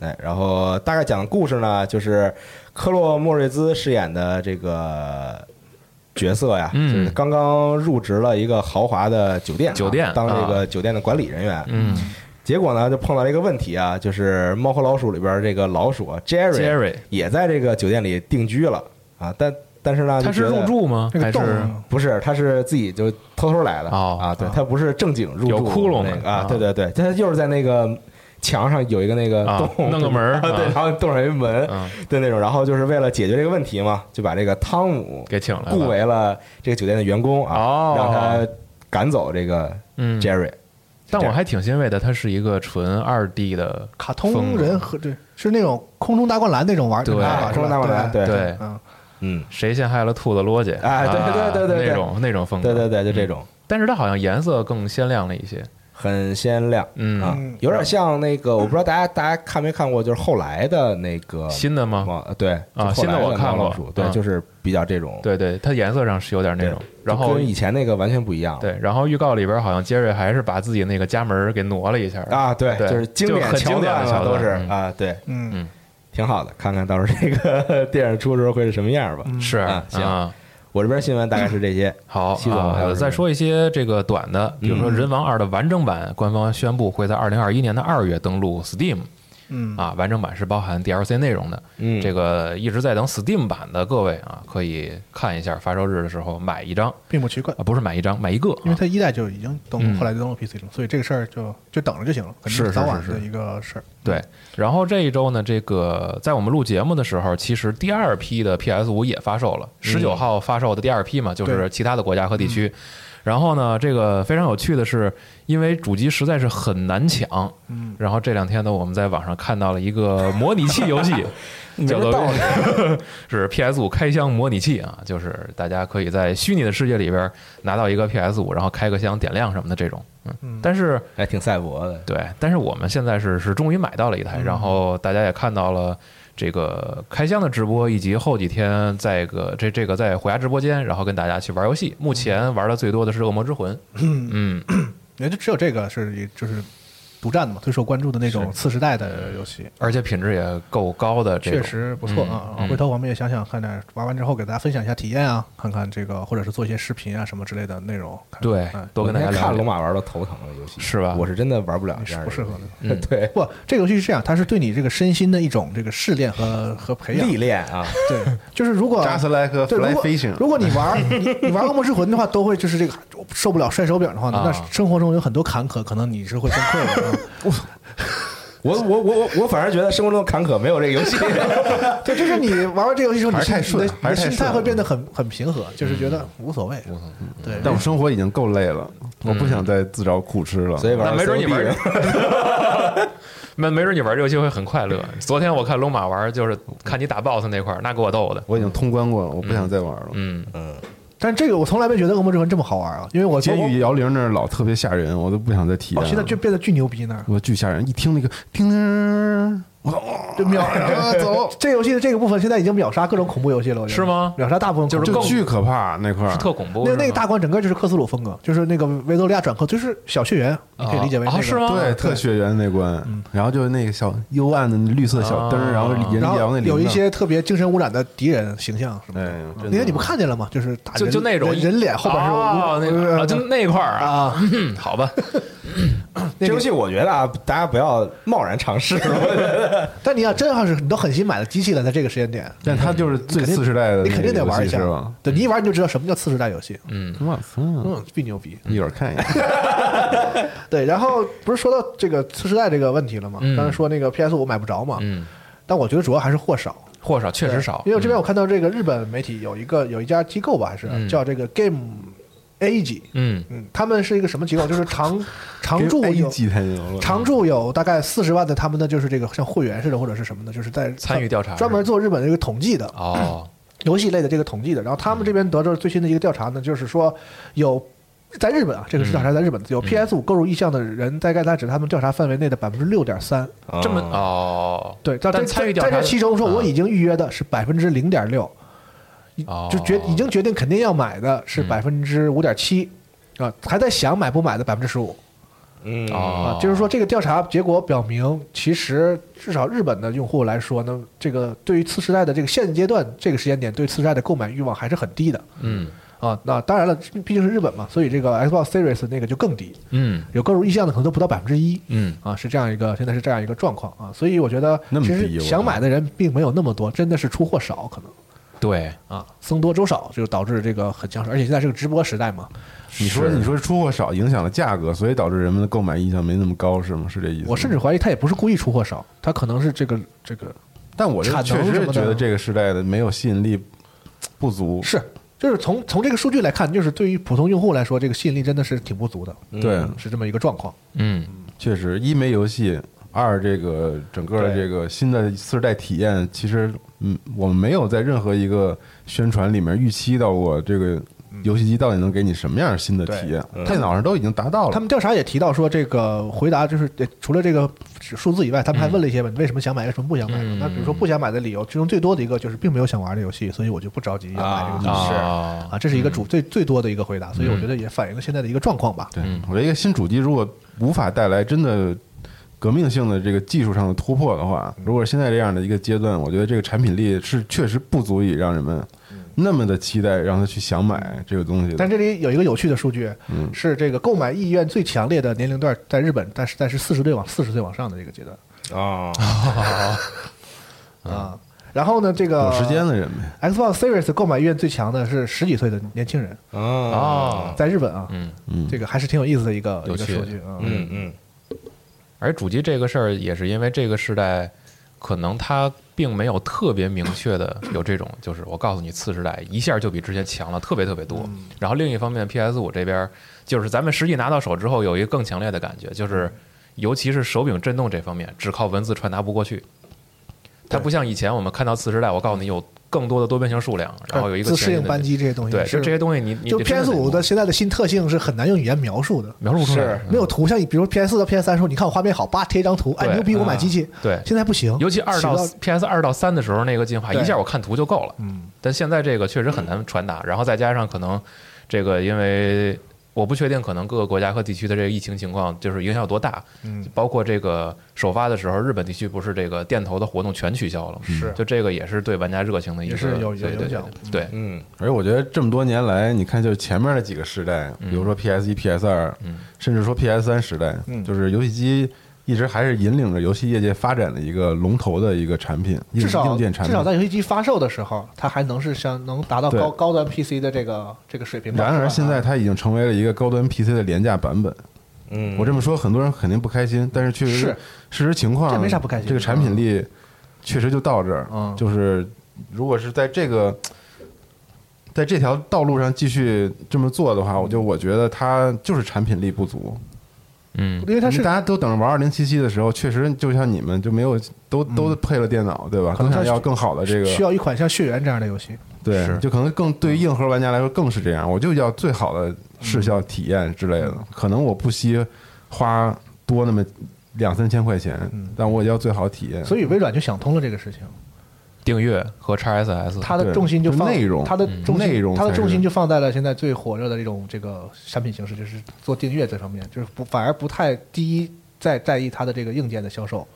F: 哎，然后大概讲的故事呢，就是科洛莫瑞兹饰演的这个角色呀，
G: 嗯
F: 就是刚刚入职了一个豪华的酒店啊，
G: 酒店
F: 当
G: 啊
F: 这个酒店的管理人员，
G: 嗯
F: 结果呢，就碰到了一个问题啊，就是《猫和老鼠》里边这个老鼠啊 Jerry
G: ，Jerry，
F: 也在这个酒店里定居了啊，但但是呢，
G: 他是
F: 就觉得
G: 入住吗？
I: 这
G: 还
I: 个洞
G: 是
I: 啊
F: 不是，他是自己就偷偷来的、
G: 哦
F: 啊，对
G: 啊
F: 他不是正经入住
G: 有窟窿的
F: 那个
G: 啊
F: 啊，对对对，他就是在那个墙上有一个那个
G: 啊
F: 洞，
G: 弄个门儿
F: 啊 对
G: 啊，
F: 然后洞上有一门，
G: 嗯
F: 对那种，然后就是为了解决这个问题嘛，就把这个汤姆
G: 给请来了
F: 雇为了这个酒店的员工啊，
G: 哦
F: 让他赶走这个
G: 嗯
F: Jerry。
G: 但
F: 这
G: 我
F: 样
G: 还挺欣慰的，它是一个纯二 D 的
I: 卡
G: 风
I: 通
G: 格
I: 人和对是那种空中大灌篮那种玩儿，
G: 对
I: 你知道吧
G: 哎
F: 中国大灌篮，
I: 是吧
F: 对，
G: 对，
I: 嗯，
F: 嗯，
G: 谁陷害了兔子罗姐？啊
F: 哎对对对对对
G: 那种那种风格，
F: 对对对，就这种
G: 但是它好像颜色更鲜亮了一些。
F: 很鲜亮，
G: 嗯
F: 啊
I: 嗯，
F: 有点像那个，我不知道大家大家看没看过，就是后来的那个
G: 新的吗
F: 王？对
G: 啊
F: 就后来
G: 新的我
F: 王
G: 看过
F: 老鼠对，
G: 嗯
F: 就是比较这种，
G: 对对，它颜色上是有点那
F: 对
G: 种
F: 就。
G: 然后
F: 跟以前那个完全不一样，
G: 对，然后预告里边好像杰瑞还是把自己那个家门儿给挪了一下
F: 啊，对，
G: 对
F: 就是经典
G: 就很
F: 桥
G: 经典
F: 段
G: 的
F: 了，
G: 桥段
F: 都是
G: 嗯
F: 啊，对，
I: 嗯，
F: 挺好的，看看到时候这个 电影出的时候会是什么样吧。
I: 嗯
G: 是
F: 啊行
G: 啊
F: 我这边新闻大概是这些，
G: 好
F: 西总还有什
G: 啊，
F: 么嗯
G: 再说一些这个短的，比如说《人王二》的完整版，官方宣布会在二零二一年的二月登陆 Steam。
I: 嗯
G: 啊，完整版是包含 DLC 内容的。
F: 嗯
G: 这个一直在等 Steam 版的各位啊，可以看一下发售日的时候买一张
I: 并不奇怪
G: 啊，，不是买一张，买一个啊。
I: 因为它一代就已经登
G: 嗯
I: 陆，后来就登陆 PC 了，所以这个事儿就就等着就行了，肯定
G: 是是
I: 早晚
G: 是是
I: 的一个事儿。
G: 对，然后这一周呢，这个在我们录节目的时候，其实第二批的 PS 五也发售了，十九号发售的第二批嘛，就是
I: 对
G: 其他的国家和地区。然后呢，这个非常有趣的是，因为主机实在是很难抢，嗯，然后这两天呢，我们在网上看到了一个模拟器 游戏，叫做 是 PS 五开箱模拟器啊，就是大家可以在虚拟的世界里边拿到一个 PS 五，然后开个箱点亮什么的这种，嗯，但是。
F: 还哎挺赛博的，
G: 对，但是我们现在是是终于买到了一
I: 嗯
G: 台，然后大家也看到了这个开箱的直播，以及后几天在个这这个在虎牙直播间，然后跟大家去玩游戏。
I: 嗯
G: 目前玩的最多的是《恶魔之魂》， 嗯，
I: 也就只有这个是一就是独占的嘛，最受关注的那种次时代的游戏，
G: 而且品质也够高的这种，
I: 确实不错啊。
G: 嗯嗯
I: 回头我们也想想看看，玩完之后给大家分享一下体验啊，看看这个或者是做一些视频啊什么之类的内容。看
G: 对
I: 哎，
G: 多跟大家
F: 我那天看
G: 聊
F: 龙
G: 聊。
F: 马玩都头疼了，游戏
G: 是吧
F: 我是真的玩不了
I: 你
F: 这
I: 是
F: 样
I: 不
F: 的
I: 适
F: 游
I: 合
F: 戏，
I: 的。
G: 嗯
F: 对，
I: 不，这个游戏是这样，它是对你这个身心的一种这个试炼和和培养
F: 历。练 啊，
I: 对，就是如
G: 啊
I: 果
H: Just like a
I: 对，如
H: fly
I: 果
H: fishing
I: 如果你玩你你玩恶魔之魂的话，都会就是这个受不了摔手柄的话，
G: 啊
I: 那生活中有很多坎坷，可能你是会崩溃的。啊
F: 我我我我我反而觉得生活中的坎坷没有这个游 戏，
I: 嗯对，就是你玩完这游戏之后，你
H: 还是
I: 心
H: 太顺
I: 你的
H: 还是
I: 你的
H: 太
I: 心态
H: 顺嗯
I: 会变得很很平和，就是觉得无所谓。无所谓。对，
H: 但我生活已经够累了，我不
I: 嗯
H: 想再自找苦吃了。
F: 所以玩
G: 那没准你
F: COD
G: 玩， 没没准你玩这游戏会很 快乐。昨天我看龙马玩，就是看你打 BOSS 那块儿，那给我逗的。
H: 我已经通关过了，我不想再玩了。
G: 嗯，
I: 但这个我从来没觉得《恶魔之魂》这么好玩啊，因为我
H: 监
I: 我
H: 狱摇铃那儿老特别吓人，我都不想再体验
I: 我
H: 了。
I: 现在就变得巨牛逼呢，
H: 我巨吓人，一听那个叮铃，我操，哦
I: 就秒
H: 啊走，
I: 这游戏的这个部分现在已经秒杀各种恐怖游戏了，我觉得
G: 是吗
I: 秒杀大部分
G: 就是
I: 恐
H: 就
I: 怖游
G: 更
I: 戏
H: 巨可怕那块儿
G: 是，特恐怖。
I: 啊那
G: 是
I: 那个
G: 吗
I: 大关整个就是克苏鲁风格，就是那个维多利亚转科，就是小血缘，你可以理解为
G: 啊
I: 那个
G: 是吗
H: 对，特血缘那关，然后就是那个小幽暗的绿色小灯儿，
G: 啊
H: 然后人
I: 嗯哦然
H: 摇
I: 后
H: 那铃铛
I: 有一，些特别精神污染的敌人形象什么
H: 哎
I: 的，
H: 呦，
I: 那
H: 真
I: 个
H: 的
I: 你不看见了吗？就是打
G: 就
I: 人
G: 就那种
I: 人人脸后边是
G: 哦，那
I: 呃
G: 个啊就那块儿啊，
I: 啊，
G: 嗯好吧，
F: 这
I: 那个
F: 游戏我觉得啊，大家不要贸然尝试，
I: 但你要真要是你都狠心买了机器了，在这个时间点，
H: 但它就是最
I: 肯定
H: 次时代的，
I: 你肯定得玩一下
H: 是吧？，
I: 对你一玩你就知道什么叫次时代游戏，嗯，
H: 我操，
I: 巨牛逼。
H: 一会儿看一 下，
I: 对，然后不是说到这个次时代这个问题了吗？刚才说那个 PS 五买不着嘛，
G: 嗯，
I: 但我觉得主要还是货少，
G: 货少确实少，嗯
I: 因为我这边我看到这个日本媒体有一个有一家机构吧，还是叫这个 Game A G，
G: 嗯
I: 嗯，他们是一个什么机构？就是 常常驻
H: 给
I: 有
H: 我 A 级太牛了，
I: 常驻有大概四十万的他们的就是这个像会员似的或者是什么的，就是在
G: 参与调查
I: 专门做日本这个统计的
G: 哦，
I: 游戏类的这个统计的。然后他们这边得到最新的一个调查呢，就是说有。在日本啊，这个市
G: 嗯
I: 场上在日本有 PS 五购入意向的人，大概在指他们调查范围内的百分之六点三。
G: 这么哦，
I: 嗯对，到这
G: 但参与调
I: 在
G: 查
I: 这其中说，
G: 嗯
I: 我已经预约的是百分之零点六，
G: 哦
I: 就决已经决定肯定要买的是百分之五点七，啊，还在想买不买的百分之十五
F: 嗯
G: 哦
I: 啊，，就是说这个调查结果表明，其实至少日本的用户来说呢，这个对于次时代的这个现阶段这个时间点对次时代的购买欲望还是很低的
G: 嗯
I: 啊。那当然了，毕竟是日本嘛，所以这个 Xbox Series 那个就更低，
G: 嗯
I: 有购入意向的可能都不到百分之一。
G: 嗯
I: 啊，是这样一个，现在是这样一个状况啊，所以我觉得
H: 那么
I: 其
H: 低
I: 实
H: 我
I: 想
H: 看
I: 买的人并没有那么多，真的是出货少，可能
G: 对，
I: 啊，僧多粥少，就导致这个很抢手，而且现在是个直播时代嘛，
H: 你说你说出货少影响了价格，所以导致人们的购买意向没那么高，是吗？是这意思吗？
I: 我甚至怀疑他也不是故意出货少，他可能是这个这个
H: 但我这
I: 产能
H: 确实
I: 什么
H: 是
I: 的
H: 觉得这个时代的没有吸引力不足，
I: 是就是从从这个数据来看，就是对于普通用户来说，这个吸引力真的是挺不足的，
H: 对，
I: 是这么一个状况。
G: 嗯，
H: 确实，一没游戏，二这个整个的
F: 对
H: 这个新的次世代体验，其实嗯，我们没有在任何一个宣传里面预期到过这个
I: 嗯
H: 游戏机到底能给你什么样新的体验。电脑上都已经达到
I: 他
H: 了，
I: 们调查也提到说，这个回答就是呃除了这个数字以外，他们还问了一些问为什么想买，为什么不想买。那比如说不想买的理由，其中最多的一个就是并没有想玩的游戏，所以我就不着急要买这个东西。
G: 啊，
I: 啊，这是一个主最最多的一个回答，所以我觉得也反映了现在的一个状况吧。
H: 对我觉得一个新主机如果无法带来真的革命性的这个技术上的突破的话，
I: 嗯
H: 如果是现在这样的一个阶段，我觉得这个产品力是确实不足以让人们那么的期待，让他去想买这个东西的。
I: 嗯但这里有一个有趣的数据，
H: 嗯
I: 是这个购买意愿最强烈的年龄段，在日本，但是但是四十岁往四十岁往上的这个阶段
F: 啊，
I: 啊。然后呢，这个
H: 嗯有时间的人呗，
I: Xbox Series 购买意愿最强的是十几岁的年轻人，
G: 哦
F: 啊，
I: 在日本啊，
H: 嗯
I: 这个还是挺有意思的一个一
G: 嗯有
I: 个
G: 趣
I: 数据啊。
F: 嗯嗯，
G: 而主机这个事儿也是因为这个时代，可能它并没有特别明 确的有这种，就是我告诉你次时代一下就比之前强了特别特别多。
I: 嗯
G: 然后另一方面，PS 五这边就是咱们实际拿到手之后有一个更强烈的感觉，
I: 嗯
G: 就是尤其是手柄震动这方面，只靠文字传达不过去。它不像以前我们看到次时代，我告诉你有更多的多边形数量，然后有一个
I: 自
G: 前
I: 适
G: 进
I: 应
G: 的
I: 扳机这些东西，
G: 对，
I: 是
G: 就这些东西你你
I: 就
G: 得真
I: PS
G: 得
I: 五的现在的新特性是很难用语言描述的，
G: 描述不出来
F: 是，
G: 嗯
I: 没有图像。比如 PS 四到 PS 三时候，你看我画面好，叭贴一张图，哎
G: 对嗯
I: 牛逼，我买机器。
G: 对
I: 现在不行，
G: 尤其二到
I: 起
G: PS 二到三的时候，那个进化
I: 对
G: 一下我看图就够了。嗯，但现在这个确实很难传达，然后再加上可能这个因为。我不确定，可能各个国家和地区的这个疫情情况就是影响有多大，嗯，包括这个首发的时候，日本地区不是这个店头的活动全取消了，是，就这个也是对玩家热情的一个，
I: 也是有有
G: 对对
I: 影响
G: 对对，对
H: 而且我觉得这么多年来，你看就是前面的几个时代，
I: 嗯
H: 比如说 PS 一、PS 二，甚至说 PS 三时代，
I: 嗯
H: 就是游戏机一直还是引领着游戏业界发展的一个龙头的一个产品，硬
I: 至少
H: 硬件产
I: 至
H: 品
I: 少。在游戏机发售的时候，它还能是像能达到
H: 对
I: 高高端 PC 的这个这个水平吧。
H: 然而
I: 是吧啊
H: 现在它已经成为了一个高端 PC 的廉价版本。嗯，我这么说，很多人肯定不开心，但是确实
I: 是
H: 事实情况，
I: 这没啥不开心的
H: 这个产品力确实就到这儿，
I: 嗯
H: 就是如果是在这个在这条道路上继续这么做的话，我就我觉得它就是产品力不足。
G: 嗯，
I: 因为它是
H: 大家都等着玩二零七七的时候，确实就像你们就没有都都配了电脑，对吧？
I: 嗯可能
H: 都想
I: 它
H: 要
I: 需
H: 更好的这个
I: 需要一款像《血缘》这样的游戏。
H: 对，
G: 是
H: 就可能更对于硬核玩家来说更是这样，我就要最好的视效体验之类的，可能我不惜花多那么两三千块钱，但我也要最好体验。
I: 所以微软就想通了这个事情，
G: 订阅和 XSS，
I: 它的
H: 对
I: 重心就
H: 就
I: 放
H: 内容
I: 它的重心
H: 内容
I: 它的
H: 才
I: 重心
H: 是
I: 就放在了现在最火热的这种这个产品形式，就是做订阅这方面，就是不反而不太第一在在意它的这个硬件的销售。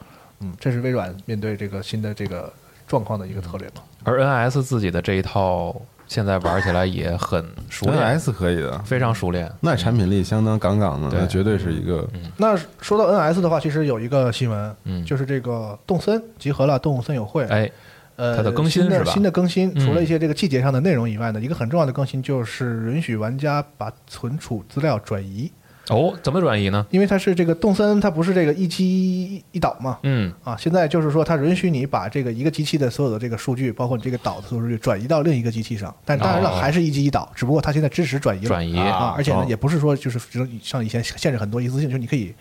I: 嗯，这是微软面对这个新的这个状况的一个策略嘛？
G: 而 NS 自己的这一套现在玩起来也很熟练，
H: NS 可以的，
G: 非常熟练，
H: 那产品力相当杠杠的，
G: 对
H: 那绝对是一个
I: 那说到 NS 的话，其实有一个新闻，
G: 嗯
I: 就是这个动森集合了动物森友会，
G: 哎，
I: 呃，
G: 它的更新
I: 新的
G: 是吧
I: 新的更新，
G: 嗯
I: 除了一些这个季节上的内容以外呢，一个很重要的更新就是允许玩家把存储资料转移，
G: 哦，怎么转移呢？
I: 因为它是这个动森，它不是这个一机一岛嘛。
G: 嗯，
I: 啊，现在就是说，它允许你把这个一个机器的所有的这个数据，包括你这个岛的所有数据，转移到另一个机器上。但当然了，
G: 哦
I: 还是一机一岛，只不过它现在支持转移了
G: 转移
I: 啊，而且呢
F: 哦，
I: 也不是说就是只能像以前限制很多一次性，就是你可以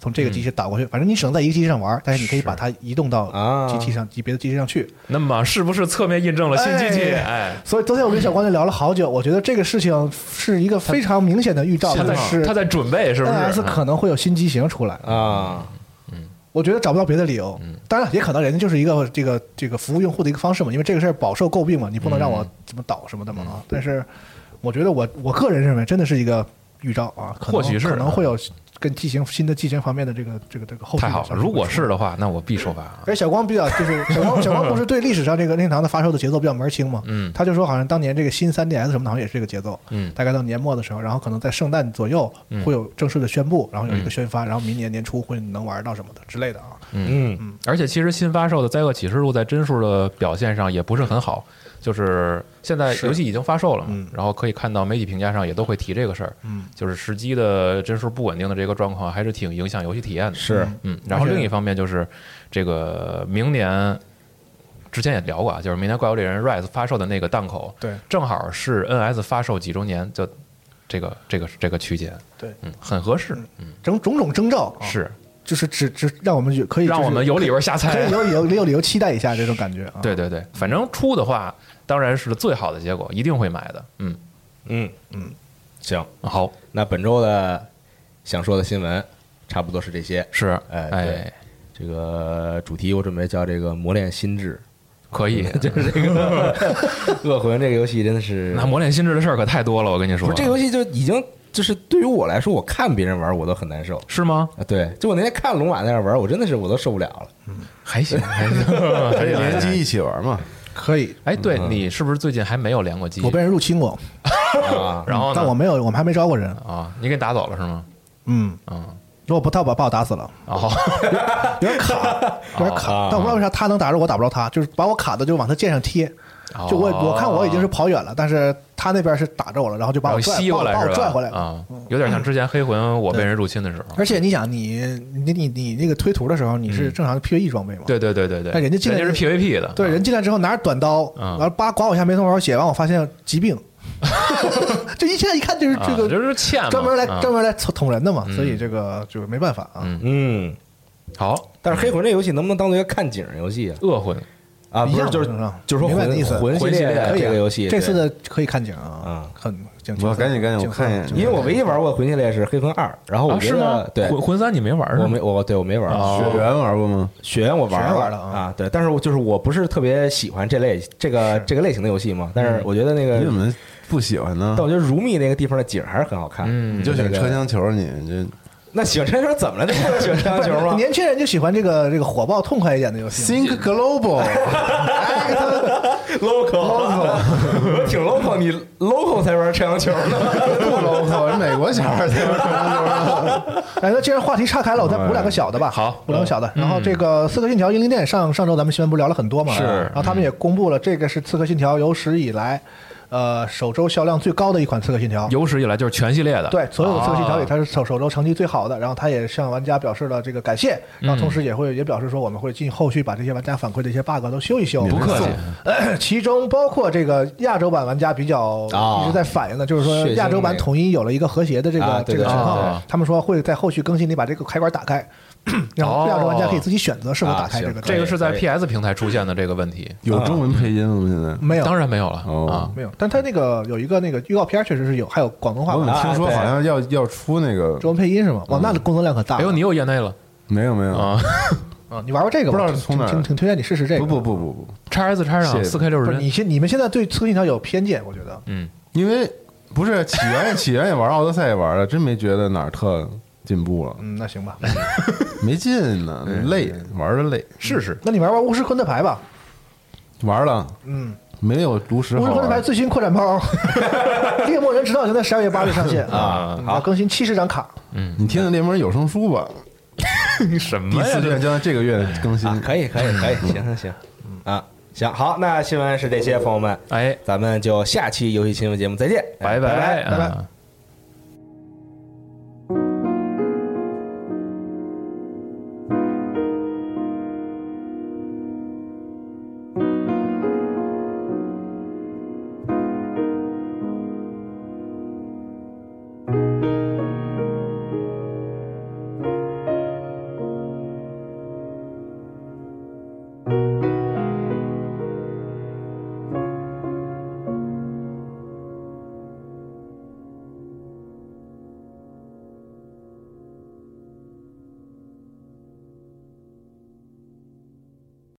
I: 从这个
G: 嗯
I: 机器导过去，反正你只能在一个机器上玩，但是你可以把它移动到
F: 啊
I: 机器上，别的机器上去。
G: 那么是不是侧面印证了新机器？哎，
I: 所以昨天我跟小光就聊了好久，我觉得这个事情是一个非常明显的预兆，
G: 他在
I: 就是
G: 他在准备是不是嗯
I: NS 可能会有新机型出来。
F: 啊，
I: 我觉得找不到别的理由。
G: 嗯
I: 当然，也可能人家就是一个这个这个服务用户的一个方式嘛，因为这个事儿饱受诟
G: 嗯
I: 病嘛，你不能让我怎么倒什么的嘛啊。但是，我觉得我我个人认为真的是一个预兆啊，可能
G: 或许是
I: 可能会有跟机型新的机型方面的这个这个这个后续
G: 太
I: 的
G: 好
I: 消
G: 了，
I: 息
G: 如果
I: 会出
G: 是的话，那我必首发啊。
I: 而小光比较 就是小光，小光不是对历史上这个任天堂的发售的节奏比较门儿清嘛？嗯，他就说好像当年这个新 3DS 什么的，好像也是这个节奏。嗯，大概到年末的时候，然后可能在圣诞左右
G: 嗯
I: 会有正式的宣布，然后有一个宣发，然后明年年初会能玩到什么的之类的啊。
F: 嗯
G: 而且其实新发售的《灾厄启示录》在帧数的表现上也不是很好，就是现在游戏已经发售了嘛，然后可以看到媒体评价上也都会提这个事儿，嗯，就是实机的帧数不稳定的这个状况还是挺影响游戏体验的，
F: 是
G: 嗯。然后另一方面就是这个明年。之前也聊过啊，就是《明年怪物猎人 Rise》发售的那个档口，
I: 对
G: 正好是 NS 发售几周年，就这个这个这个区间，
I: 对
G: 嗯，很合适，
I: 种种种征兆啊
G: 是
I: 就是只只让我们有可以
G: 让
I: 就是
G: 我们有理由瞎
I: 可
G: 猜
I: 以。有理由有理由期待一下这种感觉啊。
G: 对对对，反正出的话，当然是最好的结果，一定会买的。嗯，
F: 嗯嗯，行，
G: 好，
F: 那本周的想说的新闻差不多是这些。
G: 是，
F: 哎
G: 哎
F: 对，这个主题我准备叫这个磨练心智，
G: 可以。
F: 就是这个恶魂这个游戏真的是，
G: 那磨练心智的事儿可太多了，我跟你
F: 不
G: 说，
F: 是这个游戏就已经就是对于我来说，我看别人玩我都很难受。
G: 是吗？
F: 啊，对，就我那天看龙马在那玩，我真的是我都受不了了。
G: 还行，还 行，还
H: 而且
G: 行
H: 联
G: 还
H: 机
G: 行。
H: 一起玩嘛，
I: 可以，
G: 哎，对你是不是最近还没有连过机？
I: 我被人入侵过，
F: 啊，
G: 嗯然后呢？
I: 但我没有，我们还没招过人。
G: 啊，你给打走了是吗？
I: 嗯
G: 嗯，
I: 如果不他把把我打死 了，
G: 哦，
I: 有点卡，有点卡。
G: 啊
I: 但我不知道为啥他能打着我打不着他，就是把我卡的就往他剑上贴。 就我
G: 哦
I: 我看我已经是跑远了，但是他那边是打着我了，然后就把
G: 然
I: 我
G: 后
I: 拽
G: 吸过来
I: 把我
G: 是
I: 把
G: 吧？
I: 我拽回来。嗯
G: 啊，有点像之前黑魂我被人入侵的时候。
I: 而且你想，你你你你那个推图的时候，你
G: 嗯
I: 是正常的 PVE 装备吗？
G: 对对对对对，
I: 但人家进来
G: 是 PVP 的，
I: 对，人进来之后拿着短刀，
G: 嗯
I: 然后叭刮我一下没多少血，完我发现疾 病，这一现在一看就是
G: 啊
I: 这个
G: 就是欠嘛
I: 专门来
G: 啊
I: 专门来捅捅人的嘛，所以这个就没办法啊。
G: 嗯
F: 嗯，
G: 好
F: 但是黑魂这游戏能不能当做一个看景儿游戏啊？
G: 恶魂
F: 啊，
I: 一
F: 不是，
I: 样
F: 就是
I: 正常
F: 就是说
I: 明白你的意
F: 魂
I: 思
F: 魂系
G: 魂系
F: 列
G: 列
F: 的
I: 可以
F: 这
I: 啊
F: 个游戏，
I: 这次
F: 对，
I: 的可以看景啊
F: 嗯，
I: 很景
H: 我赶紧赶紧
I: 景
H: 我看一眼
I: 景
F: 因为我唯一玩过魂系列是黑魂二，然后我
G: 啊
F: 觉
G: 是
F: 得、
G: 吗？
F: 对，
G: 魂魂三你没玩是
F: 我
G: 吗？
F: 没我对我没玩过。
G: 哦
H: 血缘玩过吗？
F: 血缘我
I: 血
F: 玩
I: 缘
F: 了
I: 啊玩了啊
F: 啊，对，但是我就是我不是特别喜欢这类这个这个类型的游戏嘛，但
I: 嗯
F: 是我觉得那个
H: 你怎么不喜欢呢
F: 但？我觉得如蜜那个地方的景儿还是很好看。
G: 嗯
H: 你就喜欢
F: 那个
H: 车厢球，你这
F: 那喜欢车厢球怎么了？那不能喜欢车厢 球吗？
I: 年轻人就喜欢这个这个火爆痛快一点的游戏嘛。
H: Think Global，
I: 啊
F: 啊 local，我挺 local，你 local 才玩车厢球呢。
H: 不 Global，美国小孩才玩车厢球。
I: 哎，那既然话题岔开了，我再补两个小的吧。
G: 好嗯
I: 补两个小的。然后这个《刺客信条：英灵殿》上上周咱们新闻不是聊了很多嘛？
G: 是
I: 然后他们也公布了，这个是《刺客信条》有史以来，呃，首周销量最高的一款《刺客信条》。
G: 有史以来就是全系列的，
I: 对，所有的《刺客信条》里，
G: 啊
I: 它是首首周成绩最好的。然后他也向玩家表示了这个感谢，然后同
F: 嗯
I: 时也会也表示说，我们会进后续把这些玩家反馈的一些 bug 都修一修。
G: 不客气，
I: 其中包括这个亚洲版玩家比较
F: 啊
I: 一直在反映的，就是说
F: 血腥
I: 亚洲
F: 那
I: 版
F: 个
I: 统一有了一个和谐的这
F: 啊
I: 个
F: 对
I: 这个
F: 对
I: 情
G: 对
I: 况
G: 对，
I: 他们说会在后续更新里把这个开关打开，然后亚洲玩家可以自己选择是否打开
F: 啊
I: 这个。
F: 行
G: 这个是在
F: 可以
G: PS 平台出现的这个问题，
H: 有中文配音了吗？现在
I: 没有，
G: 当然没有了
H: 哦
G: 啊。
I: 没有，但他那个有一个那个预告片确实是有，还有广东话
H: 我怎
I: 版
H: 么听说
F: 啊对
H: 好像要要出那个？
I: 中文配音是吗？
F: 嗯
I: 哇，那工作量可大了。
G: 哎呦，你又业内了
H: 没有没有，
G: 啊
I: 啊，你玩过这个吗？
H: 不知道是从哪儿
I: 挺挺挺推荐你试试这个。
H: 不不不不不，
G: ！X S X 上
H: 谢谢
G: 四 K 六
I: 不
G: 十
I: 是你
G: 帧，
I: 现你们现在对《刺客信条》有偏见，我觉得。
G: 嗯，
H: 因为不是起源也起源也玩，奥德赛也玩了，真没觉得哪儿特进步了，
I: 嗯，那行 吧。
H: 没劲呢，累，玩的累，
G: 试试
I: 那你玩玩巫师昆特牌吧。
H: 玩了，
I: 嗯，
H: 没有炉石
I: 巫
H: 好
I: 师昆特牌
H: 玩。
I: 最新扩展 包，猎魔人指导已经在十二月八日上线
G: 啊
I: 嗯要更新七十张卡。
H: 你听听猎魔人有声书吧，
G: 什么
H: 第四卷将在这个月更新。
F: 啊，可以可以可以，行行行，啊行好，那新闻是这些，朋友们，
G: 哎，
F: 咱们就下期游戏新闻节目再见，哎
G: 拜嗯
F: 拜
G: 拜
F: 拜
G: 拜。